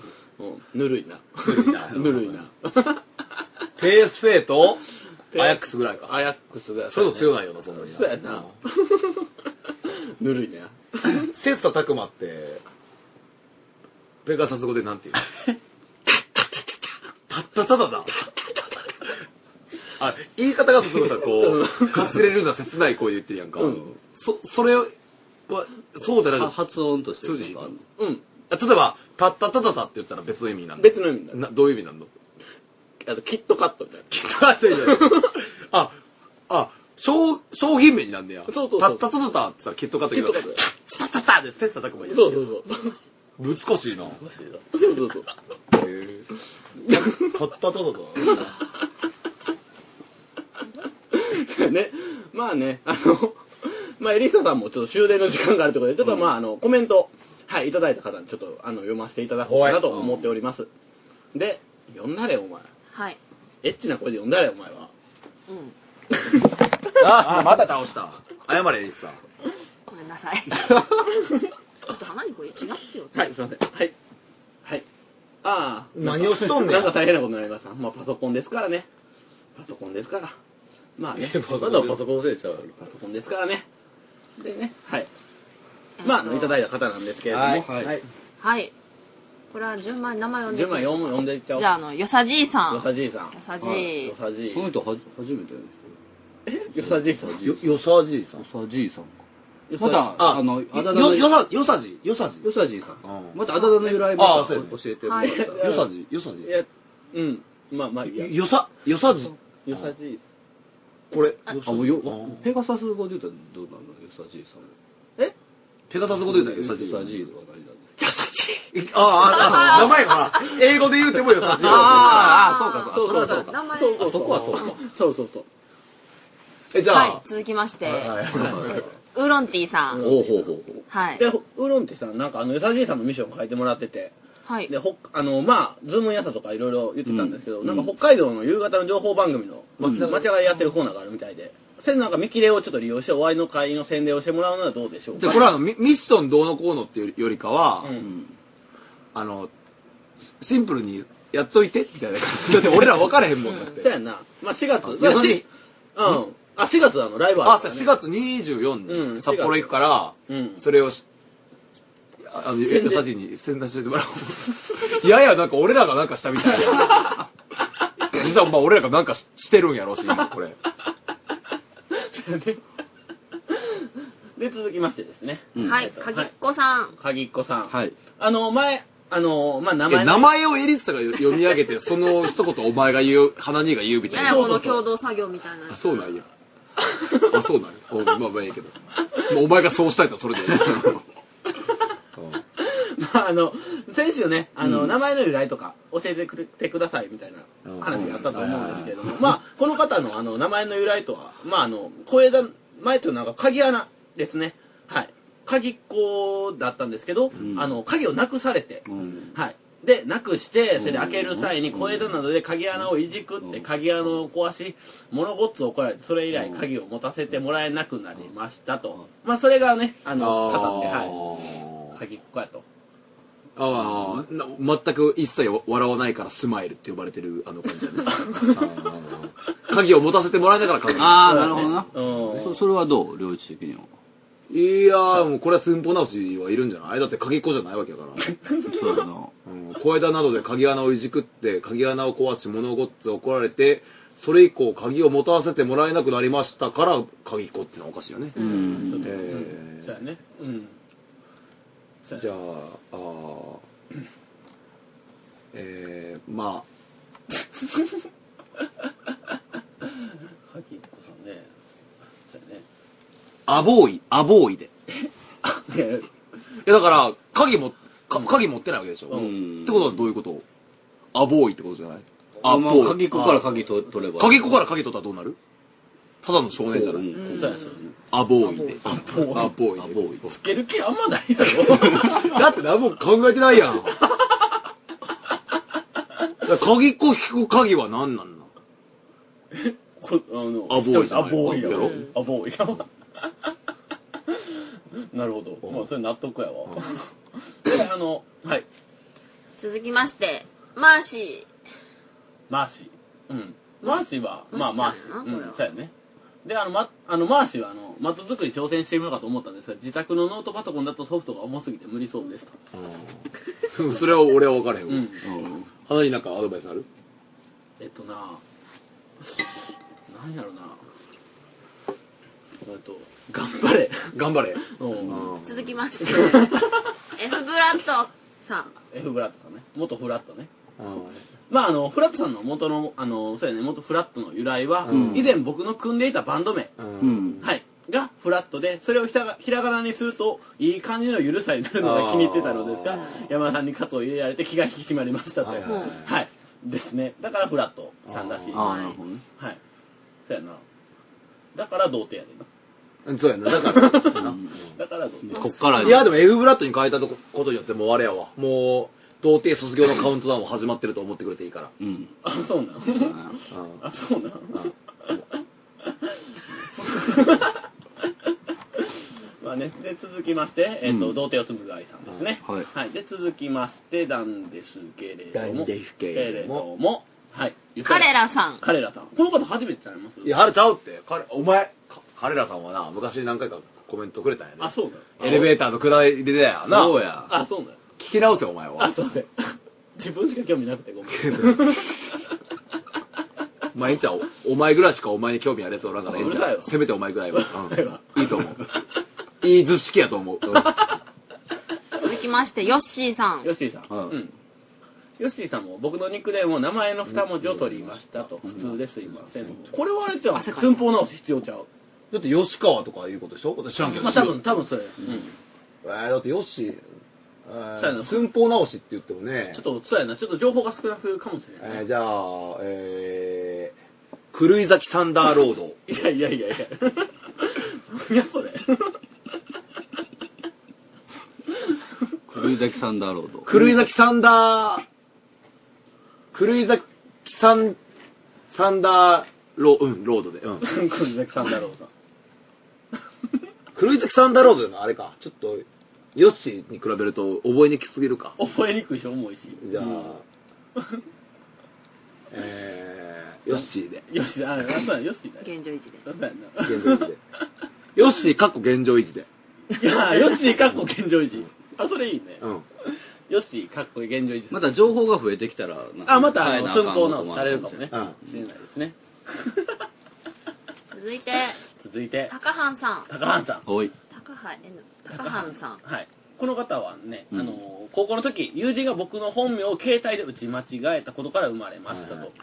[SPEAKER 4] ぬるいな。 ぬるいな。
[SPEAKER 2] PSFA と、 アヤックスぐらいか。
[SPEAKER 4] アヤックスぐらい。
[SPEAKER 2] それも強
[SPEAKER 4] い。
[SPEAKER 2] ないよな、そんなに。
[SPEAKER 4] そうやな。ぬるいな。
[SPEAKER 2] うん。切磋琢磨って、ペガサス語でなんて言うのたったただだ。あ、言い方がすごいさ、こう、かすれるような切ない声で言ってるやんか。
[SPEAKER 4] うん
[SPEAKER 2] そ、それは、そうじゃな
[SPEAKER 3] は
[SPEAKER 2] くて、
[SPEAKER 3] 発音として
[SPEAKER 2] そうです
[SPEAKER 3] なんかあるの
[SPEAKER 4] うん。
[SPEAKER 2] あ例えば、たったただだって言ったら別の意味になるの
[SPEAKER 4] 別の意味だ。
[SPEAKER 2] などういう意味なんの
[SPEAKER 4] あと、キットカットみたいな。
[SPEAKER 2] あ、あ、商商品名になんねや。
[SPEAKER 4] そうそうそう
[SPEAKER 2] たったただたってさ、キットカット
[SPEAKER 4] キ
[SPEAKER 2] け
[SPEAKER 4] ッ
[SPEAKER 2] ど
[SPEAKER 4] トカット
[SPEAKER 2] た
[SPEAKER 4] だ。
[SPEAKER 2] たたで切磋琢磨いい。
[SPEAKER 4] そうそうそう。
[SPEAKER 2] う。難しいな。へ
[SPEAKER 4] そうそうそう。
[SPEAKER 2] えたったただだ。
[SPEAKER 4] ね、まあね、あの、まあ、エリサさんもちょっと終電の時間があるということで、ちょっとまあ、あの、コメント、はい、いただいた方にちょっと、あの、読ませていただこうかなと思っております。で、読んだれ、お前。
[SPEAKER 1] はい。
[SPEAKER 4] エッチな声で読んだれ、お前は。
[SPEAKER 1] うん。
[SPEAKER 2] あ、また倒した。謝れ、エリスさん。
[SPEAKER 1] ごめんなさい。ちょっと花にこれ違ってよ。
[SPEAKER 4] はい、すいません。はい。はい。ああ。
[SPEAKER 2] 何をしとんねん
[SPEAKER 4] なんか大変なことになりました。まあ、パソコンですからね。パソコンですから。まあ ね、まだパソコンせいちゃうパソコンですからね。でね、はい。 まああの、いただいた方なんですけれども、はい。
[SPEAKER 1] はい。これは順番に名前呼んで
[SPEAKER 4] 順番読む読んでいっちゃおう。
[SPEAKER 1] じゃあ、あの、よさじいさん。
[SPEAKER 4] よさじいさん。
[SPEAKER 1] よさじい
[SPEAKER 4] はいよさじ
[SPEAKER 3] この
[SPEAKER 4] い。
[SPEAKER 3] 人は初めてよね。
[SPEAKER 4] よさじいさん。
[SPEAKER 3] よ
[SPEAKER 4] よ
[SPEAKER 3] さじいさん。よさじいさんか。また、あの、あだ名の
[SPEAKER 2] よ、よさ、よさじ、よさじ。
[SPEAKER 3] よさじいさん
[SPEAKER 2] う。ん
[SPEAKER 3] またあだ名の由来も
[SPEAKER 2] ああそうやね
[SPEAKER 3] 教えても らったら
[SPEAKER 4] はい
[SPEAKER 3] よさじ、よさ
[SPEAKER 4] い
[SPEAKER 3] じ。
[SPEAKER 4] や、うん。まあまあ、いいやよ
[SPEAKER 2] よさ、よさじ。
[SPEAKER 4] さじい。
[SPEAKER 2] これ、
[SPEAKER 3] あ、もうよ
[SPEAKER 2] うん、
[SPEAKER 3] ペガサス語で言うたらどうなのよさじいさん。
[SPEAKER 2] ペガサス語で言うたらよさじ。
[SPEAKER 3] よさじいは何なんだ
[SPEAKER 2] ああ、ああ、名前がほら、英語で言うてもよさじ。
[SPEAKER 3] あーあーそうか
[SPEAKER 4] そうかそうか
[SPEAKER 1] 名前
[SPEAKER 4] そうそう
[SPEAKER 3] あそこはそうか
[SPEAKER 4] そうそうそう。
[SPEAKER 2] え、じゃ
[SPEAKER 1] はい
[SPEAKER 2] あ、、
[SPEAKER 1] 続きまして、
[SPEAKER 3] はい
[SPEAKER 1] ウーロンティーさん。
[SPEAKER 3] おうほうほうほう。
[SPEAKER 1] はい
[SPEAKER 4] で、。ウーロンってさん、なんかあの、よさじいさんのミッションも書いてもらってて、
[SPEAKER 1] はい。
[SPEAKER 4] で、ほっあの、まあ、ズームやさとかいろいろ言ってたんですけど、
[SPEAKER 3] うん
[SPEAKER 4] なんか北海道の夕方の情報番組の、
[SPEAKER 3] うん
[SPEAKER 4] 町屋がやってるコーナーがあるみたいで、それなんか見切れをちょっと利用して、お会いの会の宣伝をしてもらうのはどうでしょうか。
[SPEAKER 2] じゃあこれはあのミミッションどうのこうのっていうよりかは、
[SPEAKER 4] う。
[SPEAKER 3] うんん。
[SPEAKER 2] あの、シンプルにやっといてみたいな感じ。だって俺ら分からへんもんだっ
[SPEAKER 4] そ
[SPEAKER 2] て。
[SPEAKER 4] うやんな。まあ、4月。
[SPEAKER 2] あ
[SPEAKER 4] まあ
[SPEAKER 2] よ
[SPEAKER 4] し
[SPEAKER 2] し
[SPEAKER 4] うん。あ、4月はあの、ライブ
[SPEAKER 2] あ、
[SPEAKER 4] るからね
[SPEAKER 2] 4。月24
[SPEAKER 4] う
[SPEAKER 2] に
[SPEAKER 4] ん
[SPEAKER 2] 札幌行くから、
[SPEAKER 4] うん。
[SPEAKER 2] それをし、あの、エッサジに宣伝してもらおう。い やいや、なんか俺らがなんかしたみたいな。 実はまあ俺らがなんかししてるんやろし、今これ。
[SPEAKER 4] で、続きましてですね。
[SPEAKER 3] うん
[SPEAKER 1] はい、かぎっこさん。
[SPEAKER 4] かぎっこさん。
[SPEAKER 3] はい。
[SPEAKER 4] あの、前、あの、まあ、名
[SPEAKER 2] え
[SPEAKER 4] 前
[SPEAKER 2] 名前をエリスタが読み上げて、その一言お前が言う、花兄が言うみたい
[SPEAKER 1] 何
[SPEAKER 2] な
[SPEAKER 1] や。この共同作業みたいな
[SPEAKER 2] あ、。そうなんや。あ、そうなんや。おまあまあいいけど。もうお前がそうしたいとそれで。う
[SPEAKER 4] まあ、あの、先週ね、あの、
[SPEAKER 3] うん
[SPEAKER 4] 名前の由来とか教えてくれてくださいみたいな
[SPEAKER 2] うん
[SPEAKER 4] 話があったと思うんですけれど
[SPEAKER 2] う
[SPEAKER 4] も、
[SPEAKER 2] ん
[SPEAKER 4] まあ、この方のあの、名前の由来とは、まあ、あの、小枝、前というのが鍵穴ですね。はい。鍵っ子だったんですけど、
[SPEAKER 3] うん
[SPEAKER 4] あの、鍵をなくされて、
[SPEAKER 3] うん。
[SPEAKER 4] はい。で、なくして、それで開ける際に小枝などで鍵穴をいじくって、
[SPEAKER 3] うん
[SPEAKER 4] 鍵穴を壊し、物ごっつ怒られて、それ以来鍵を持たせてもらえなくなりましたと。まあ、それがね、あ
[SPEAKER 2] ん
[SPEAKER 4] の、方で、は
[SPEAKER 2] あ
[SPEAKER 4] い。
[SPEAKER 2] ー
[SPEAKER 4] 鍵っ子やと。
[SPEAKER 2] あー、な全く一切笑わないからスマイルって呼ばれてるあの感じ やね。あー鍵を持たせてもらえながら鍵。
[SPEAKER 3] ああ、なるほどな。
[SPEAKER 4] うん
[SPEAKER 3] そそれはどう領地的には。
[SPEAKER 2] いやー、もうこれは寸法直しはいるんじゃないだって鍵っ子じゃないわけだから。
[SPEAKER 3] そうだな。
[SPEAKER 2] うん小枝などで鍵穴をいじくって、鍵穴を壊し、物ごっつ怒られて、それ以降、鍵を持たせてもらえなくなりましたから、鍵っ子ってのはおかしいよね。
[SPEAKER 1] う
[SPEAKER 3] うん
[SPEAKER 1] ん。
[SPEAKER 2] え
[SPEAKER 4] うんそうや
[SPEAKER 2] ー
[SPEAKER 4] ね。うん。そうや
[SPEAKER 2] じゃあ、あーえー、ま
[SPEAKER 4] かきっこさんね。そうやね。
[SPEAKER 2] アボーイ、アボーイで。い
[SPEAKER 4] ね
[SPEAKER 2] や、だから、鍵も、か鍵持ってないわけでしょ。
[SPEAKER 4] う
[SPEAKER 3] うん
[SPEAKER 2] ってことはどういうことアボーイってことじゃない
[SPEAKER 3] あ、
[SPEAKER 2] ア
[SPEAKER 3] ま
[SPEAKER 2] ボ
[SPEAKER 3] あ、
[SPEAKER 2] ーイ。
[SPEAKER 3] 鍵っ子から鍵と取れば。
[SPEAKER 2] 鍵っ子から鍵取ったらどうなるただの少年じゃな
[SPEAKER 3] う
[SPEAKER 2] い
[SPEAKER 3] ん
[SPEAKER 4] そうやね
[SPEAKER 2] アボーイで。
[SPEAKER 4] アボーイ
[SPEAKER 2] アボーイで。
[SPEAKER 3] アボーイ
[SPEAKER 4] つける気あんまないや ろ
[SPEAKER 2] だって何も考えてないやん。だから鍵っ子引く鍵は何なんなの
[SPEAKER 4] こあの
[SPEAKER 2] アボーイじゃ
[SPEAKER 4] ア
[SPEAKER 2] ない
[SPEAKER 4] ボーイや
[SPEAKER 1] う
[SPEAKER 4] ろ
[SPEAKER 1] ん
[SPEAKER 4] アボーイやわなるほどまあそれ納得やわであのはい
[SPEAKER 1] 続きまして、マーシ
[SPEAKER 4] マーシーうんマーシーはまあマ
[SPEAKER 1] マー
[SPEAKER 4] ーシ
[SPEAKER 1] シー
[SPEAKER 4] ーう
[SPEAKER 1] なんこ
[SPEAKER 4] そうやねであの,、ま、あのマーシーはあのマット作り挑戦してみようかと思ったんですが自宅のノートパソコンだとソフトが重すぎて無理そうですと、
[SPEAKER 2] うんそれは俺は分からへん
[SPEAKER 4] う
[SPEAKER 2] わ。
[SPEAKER 4] ん、
[SPEAKER 3] うん
[SPEAKER 2] 花になんかアドバイスある
[SPEAKER 4] えっとななんやろなえっと頑張れ
[SPEAKER 2] 頑張れ。
[SPEAKER 4] うん
[SPEAKER 1] ー。続きまして、F ブラッドさん。
[SPEAKER 4] F フラットさんね元フラットね
[SPEAKER 2] うん
[SPEAKER 4] まああのフラットさんの元のあのそうやね元フラットの由来は、
[SPEAKER 2] うん
[SPEAKER 4] 以前僕の組んでいたバンド名、
[SPEAKER 3] うん
[SPEAKER 4] はいがフラットでそれをひらがひらがなにするといい感じの緩さになるのが気に入ってたのですが
[SPEAKER 2] あー
[SPEAKER 4] 山田さんに肩を入れられて気が引き締まりましたと
[SPEAKER 2] はいはい
[SPEAKER 1] はい
[SPEAKER 4] はいですねだからフラットさんだしい
[SPEAKER 3] あ
[SPEAKER 4] は
[SPEAKER 3] あ、なるほどね。
[SPEAKER 4] いそうやなだから童貞やねんな
[SPEAKER 2] うんそうやな、だから。
[SPEAKER 4] だから童貞
[SPEAKER 3] こっから
[SPEAKER 2] いや、でも F ブラッドに変えたとこことによってもうあれやわ。もう、童貞卒業のカウントダウンも始まってると思ってくれていいから。
[SPEAKER 3] うん。
[SPEAKER 4] あそうな
[SPEAKER 3] そうんやな
[SPEAKER 2] うん
[SPEAKER 4] あそうな
[SPEAKER 2] う
[SPEAKER 4] ん
[SPEAKER 2] ん
[SPEAKER 4] まあね、で続きまして、えっと
[SPEAKER 3] うん
[SPEAKER 4] 童貞を紡ぐ愛さんですね、
[SPEAKER 3] うんはい
[SPEAKER 4] で続きましてなんですけれど
[SPEAKER 2] な
[SPEAKER 4] も
[SPEAKER 2] んですけ
[SPEAKER 4] け
[SPEAKER 2] れ
[SPEAKER 4] れ
[SPEAKER 2] ど
[SPEAKER 4] ど
[SPEAKER 2] も
[SPEAKER 4] もはい
[SPEAKER 1] 彼らさん。
[SPEAKER 4] 彼らさんこの方初めてされます
[SPEAKER 2] いや、はるちゃうって。彼、お前、か彼らさんはな、昔何回かコメントくれたんやね。
[SPEAKER 4] あそうだよ
[SPEAKER 2] エレベーターの下りでだよな。
[SPEAKER 3] そうや。
[SPEAKER 4] あそうだよ
[SPEAKER 2] 聞き直せよ、お前は
[SPEAKER 4] あ。そうだよ自分しか興味なくてごめん
[SPEAKER 2] 毎日はおお前ぐらいしかお前に興味ありそうだからええんち
[SPEAKER 4] うるさい
[SPEAKER 2] ゃう
[SPEAKER 4] わ
[SPEAKER 2] せめてお前ぐらいは。
[SPEAKER 4] うるさいわ
[SPEAKER 2] うんいいと思う。いい図式やと思う。
[SPEAKER 1] 続きまして、ヨッシーさん。
[SPEAKER 4] ヨッシーさん、
[SPEAKER 3] はい
[SPEAKER 4] うんヨッシーさんも僕のニックネームを名前の2文字を取りましたと普通ですいませんこれはあれって寸法直し必要ちゃう
[SPEAKER 2] だって吉川とかいうことでしょ私知らんけど。
[SPEAKER 4] まあ多分多分それ、うん
[SPEAKER 2] えーだってよし、え
[SPEAKER 4] そうや
[SPEAKER 2] ー、
[SPEAKER 4] な
[SPEAKER 2] 寸法直しって言ってもね
[SPEAKER 4] ちょっ、とそうやなちょっと情報が少なくかもしれないね、
[SPEAKER 2] えーじゃあ、えー、狂い咲きサンダーロード。
[SPEAKER 4] いやいやいやいや。いやそれ。
[SPEAKER 3] 狂い咲きサンダーロード。
[SPEAKER 2] 狂い咲きサンダー、狂い咲きサン、サンダーロー、うん、ロードで。うん。
[SPEAKER 4] 黒崎さんだろうさん。
[SPEAKER 2] 狂い咲きサンダーロードのあれか。ちょっと、ヨッシーに比べると覚えにくすぎるか。
[SPEAKER 4] 覚えにくいし重いし。
[SPEAKER 2] じゃあ、
[SPEAKER 4] うん
[SPEAKER 2] えー、ヨッシー で。
[SPEAKER 4] よし、あ、そうや、よし だよ。
[SPEAKER 1] 現状維持で。
[SPEAKER 4] そうやな。
[SPEAKER 2] 現状維持で。ヨッシー、かっこ現状維持で。
[SPEAKER 4] いや、よし、かっこ現状維持。あ、それいいね
[SPEAKER 2] う。ん。
[SPEAKER 4] よし、かっこ現状維持。
[SPEAKER 3] また情報が増えてきたら、なんか
[SPEAKER 4] あ、また、あ
[SPEAKER 3] 変えな
[SPEAKER 4] の、
[SPEAKER 3] あか
[SPEAKER 4] 寸
[SPEAKER 3] ん
[SPEAKER 4] 法直しされるかもね。
[SPEAKER 2] う
[SPEAKER 4] うんん。しれないですね。
[SPEAKER 1] 続いて、
[SPEAKER 4] 続いて、
[SPEAKER 1] 高半さん。
[SPEAKER 4] 高橋さん。
[SPEAKER 3] おい。
[SPEAKER 1] 高半、N。高半さん。
[SPEAKER 4] はい。この方はね、あ
[SPEAKER 3] うん
[SPEAKER 4] の、高校の時、友人が僕の本名を携帯で打ち間違えたことから生まれました
[SPEAKER 2] はいはい
[SPEAKER 4] と。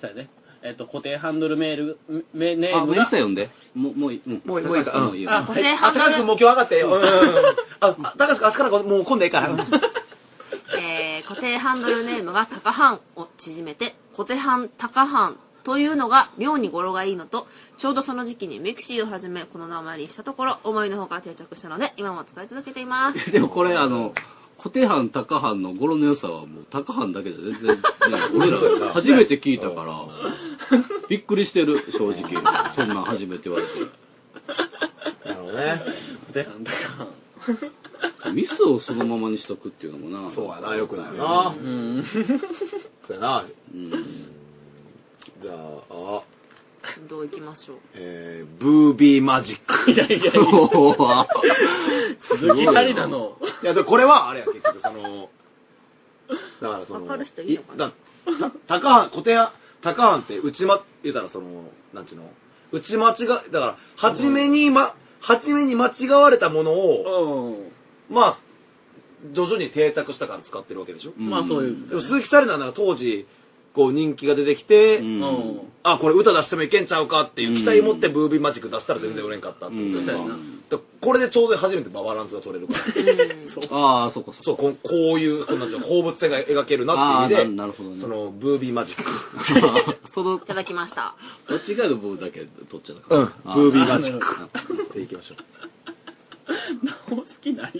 [SPEAKER 4] そうやね。えっと、固定ハンドルメール、メネ
[SPEAKER 3] あ、
[SPEAKER 4] ー
[SPEAKER 3] も
[SPEAKER 4] ム
[SPEAKER 3] うイン
[SPEAKER 4] が
[SPEAKER 3] スタ読んで。もう、もういい。うん
[SPEAKER 2] もういいもういいか
[SPEAKER 3] もういいよ。
[SPEAKER 4] あ
[SPEAKER 1] 固定ハンド
[SPEAKER 2] あ、高橋君
[SPEAKER 1] ル
[SPEAKER 2] もう今日上がってよ。うんうんうんあ、あ高橋君、明日からもう今度ええから。
[SPEAKER 1] えー固定ハンドルネームが高半を縮めて、固定半高半というのが妙に語呂がいいのと、ちょうどその時期にメクシーを始め、この名前にしたところ、思いのほか定着したので、今も使い続けています。
[SPEAKER 3] でもこれ、あの、固定班、高班の語呂の良さはもう高班だけじゃ全然、ね、俺ら初めて聞いたから、びっくりしてる、正直。そんなん初めて言われて。
[SPEAKER 2] なるほどね。
[SPEAKER 4] で、なんだか。
[SPEAKER 3] ミスをそのままにしとくっていうのもな。
[SPEAKER 2] そうやな、よくないな
[SPEAKER 4] う。ん。
[SPEAKER 2] そうやな。
[SPEAKER 3] うん。
[SPEAKER 2] じゃあ、
[SPEAKER 1] どういきましょう。
[SPEAKER 2] えー、ブービーマジック。
[SPEAKER 4] いやいやいや、
[SPEAKER 3] おー
[SPEAKER 4] 鈴木紗理奈の。
[SPEAKER 2] いや、でもこれはあれや、結局、その、だからその、
[SPEAKER 1] わかる人いるのかな
[SPEAKER 2] だた高橋、小手屋、高橋って、打ちま、言うたらその、なんちゅうの、打ち間違え、だから、初めにま、初めに間違われたものを、
[SPEAKER 4] う
[SPEAKER 2] まあ、徐々に定着したから使ってるわけでしょ。
[SPEAKER 3] うん
[SPEAKER 4] まあそういう
[SPEAKER 2] でも鈴木紗理奈はなんか当時こう人気が出てきて、
[SPEAKER 3] うん
[SPEAKER 4] うん
[SPEAKER 2] あこれ歌出してもいけんちゃうかっていう期待持ってブービーマジック出したら全然売れんかったっていう
[SPEAKER 3] うん
[SPEAKER 2] か、
[SPEAKER 4] うん
[SPEAKER 2] だからこれでちょうど初めてバランスが取れるから
[SPEAKER 3] ああ、そうか、そうか。
[SPEAKER 2] そうこうこういうこうなんていうの鉱物性が描けるな
[SPEAKER 3] あ
[SPEAKER 2] っ
[SPEAKER 3] あ
[SPEAKER 2] ていう
[SPEAKER 3] な、
[SPEAKER 2] 意味で
[SPEAKER 3] なるほどね。
[SPEAKER 2] そのブービーマジック
[SPEAKER 3] その、
[SPEAKER 1] いただきました。
[SPEAKER 3] 間違いの部分だけ取っちゃったか
[SPEAKER 2] う
[SPEAKER 3] ら。
[SPEAKER 2] ん
[SPEAKER 3] あ
[SPEAKER 2] ブービーマジックでいきましょう
[SPEAKER 4] お好きなんや。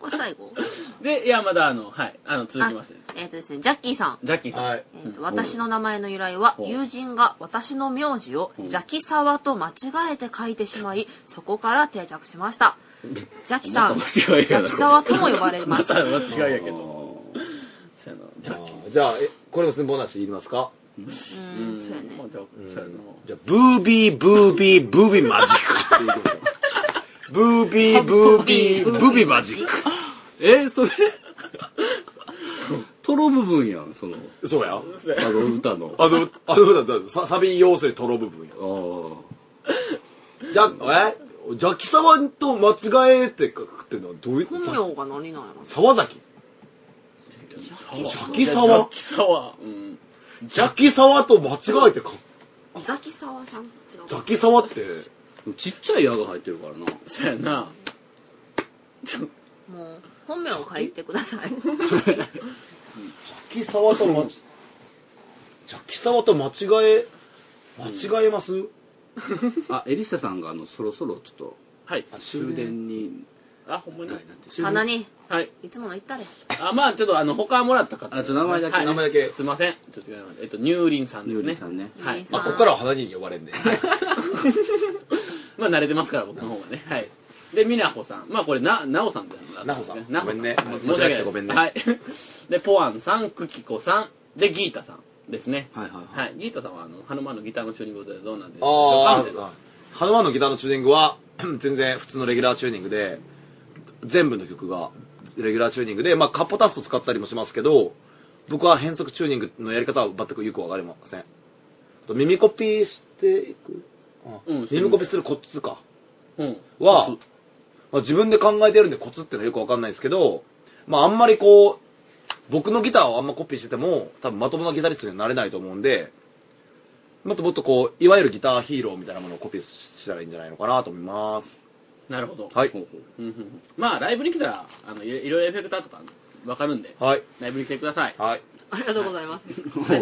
[SPEAKER 1] これ最後
[SPEAKER 4] で、いや、まだ、あの、はい、あの、続きます。
[SPEAKER 1] えっ、とですね、ジャッキーさん。
[SPEAKER 4] ジャッキーさん。
[SPEAKER 2] はい
[SPEAKER 1] えーと私の名前の由来は
[SPEAKER 4] ほう
[SPEAKER 1] 友人が私の名字をジャキサワと間違えて書いてしまいそこから定着しましたジャキさんジ
[SPEAKER 3] 間違いや
[SPEAKER 1] ャ
[SPEAKER 3] な
[SPEAKER 1] キサワとも呼ばれま
[SPEAKER 4] ます た間違いやけど。
[SPEAKER 3] あ
[SPEAKER 4] そう
[SPEAKER 3] ー
[SPEAKER 4] やなジ
[SPEAKER 2] じゃ
[SPEAKER 4] ャッキー。
[SPEAKER 2] あじゃあえこれも寸法なしで言いますか、
[SPEAKER 1] う
[SPEAKER 4] うん
[SPEAKER 1] そうやね
[SPEAKER 4] まあじゃあ、そうやな。
[SPEAKER 2] じゃあブービーブービーブービーマジックっていきましょうブービーブービーブービーマジック
[SPEAKER 3] えー、それ、トロ部分やん、その、
[SPEAKER 2] そうや
[SPEAKER 3] あの歌の。あ
[SPEAKER 2] あの、あの、だだササビ要素でトロ部分や。
[SPEAKER 3] ー
[SPEAKER 2] じゃ、えジャキサワと間違えて書くってのはどういうこ
[SPEAKER 1] 本
[SPEAKER 2] と
[SPEAKER 1] 名が何なんやろ
[SPEAKER 2] 沢崎
[SPEAKER 4] ジ
[SPEAKER 2] ャッキーさんは
[SPEAKER 4] ジャッキーさんはうん。
[SPEAKER 2] ジャキサワと間違えて書く。
[SPEAKER 1] ザキサワさん違う
[SPEAKER 2] ジャキサワって、
[SPEAKER 3] ちっちゃい矢が入ってるからな。
[SPEAKER 4] そうやな。
[SPEAKER 1] もう本名を書いてください
[SPEAKER 2] ジャキサワと間違え、ジャキサワと間違え、間違えます、
[SPEAKER 3] あ、エリサさんが、あの、そろそろちょっと、
[SPEAKER 4] はい。
[SPEAKER 3] 終電に、
[SPEAKER 4] あ、ほんまに。
[SPEAKER 3] はい、なんて、終電
[SPEAKER 1] 鼻に
[SPEAKER 4] はい。
[SPEAKER 1] いつもの言ったで
[SPEAKER 4] あ、まあちょっと、あの、他もらった方。
[SPEAKER 3] あちょっと名前だけ
[SPEAKER 4] はい
[SPEAKER 3] 名
[SPEAKER 2] 前だけ
[SPEAKER 4] すいません。ちょっと違います。えっと、乳輪さんです
[SPEAKER 3] ゆうり
[SPEAKER 4] ね
[SPEAKER 3] さ。んね。
[SPEAKER 4] はい。
[SPEAKER 2] まあ、ここからは花に呼ばれんね。
[SPEAKER 4] まあ慣れてますから、僕の方がね。はい。で、みなほさん。まあこれ、な、なおさんって名
[SPEAKER 2] なほさん
[SPEAKER 4] な
[SPEAKER 2] ごめんね
[SPEAKER 4] はい
[SPEAKER 2] 間違えてごめんね
[SPEAKER 4] はい。 で、ポアンさん、くきこさん。で、ギータさんですね。
[SPEAKER 3] はいはいはい。
[SPEAKER 4] はい。ギータさんは、あの、ハヌマンのギターのチューニングでどうなんですか
[SPEAKER 2] あ
[SPEAKER 4] みたいな
[SPEAKER 2] あ、ハノマンのギターのチューニングは、 全然普通のレギュラーチューニングで、全部の曲がレギュラーチューニングで、まあ、カッポタスト使ったりもしますけど、僕は変則チューニングのやり方は全くよくわかりません。あと耳コピーしていく、あ
[SPEAKER 4] うん
[SPEAKER 2] 耳コピーするコツか。
[SPEAKER 4] うん。
[SPEAKER 2] は、まあ自分で考えてるんでコツってのはよくわかんないですけど、まああんまりこう、僕のギターをあんまコピーしてても、多分まともなギタリストにはなれないと思うんで、もっともっとこう、いわゆるギターヒーローみたいなものをコピーしたらいいんじゃないのかなと思います。
[SPEAKER 4] なるほど。
[SPEAKER 2] はい。
[SPEAKER 4] うんうんうんまあ、ライブに来たら、あの、いろいろエフェクターとか、わかるんで、
[SPEAKER 2] はい。
[SPEAKER 4] ライブに来てください。
[SPEAKER 2] はい。
[SPEAKER 1] ありがとうございます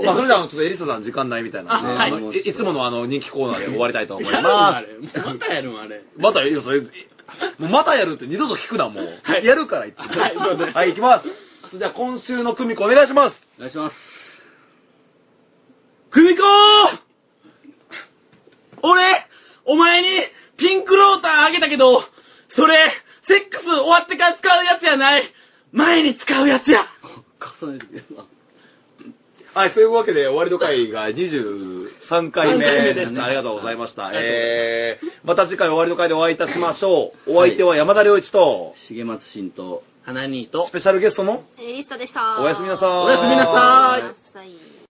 [SPEAKER 2] まあそれではあの、ちょっとエリサさん時間ないみたいなんで、
[SPEAKER 4] あはい
[SPEAKER 2] あのいいつものあの、人気コーナーで終わりたいと思い
[SPEAKER 4] や るんあ
[SPEAKER 2] ま
[SPEAKER 4] れ。またやるんあれ。
[SPEAKER 2] す。またエリサさん、もうまたやるって二度と聞くな、もう。
[SPEAKER 4] はい
[SPEAKER 2] やるから言って。
[SPEAKER 4] はいすいません
[SPEAKER 2] はい、行きます。じゃあ今週の組子お願いします。
[SPEAKER 3] お願いします。
[SPEAKER 4] 久美子俺、お前にピンクローターあげたけど、それ、セックス終わってから使うやつやない。前に使うやつや。
[SPEAKER 3] 重ねてくれば。
[SPEAKER 2] はい、そういうわけで、終わりの回が23回目で
[SPEAKER 4] 23回目です
[SPEAKER 2] す、
[SPEAKER 4] ね
[SPEAKER 2] ありがとうございました。
[SPEAKER 4] ありがとうございます
[SPEAKER 2] えー、また次回終わりの回でお会いいたしましょう。お相手は山田良一と、
[SPEAKER 3] 重松新と、
[SPEAKER 4] 花兄と
[SPEAKER 2] スペシャルゲストの
[SPEAKER 1] えーリッタでした
[SPEAKER 2] おやすみなさーい
[SPEAKER 4] おやすみなさーい
[SPEAKER 1] い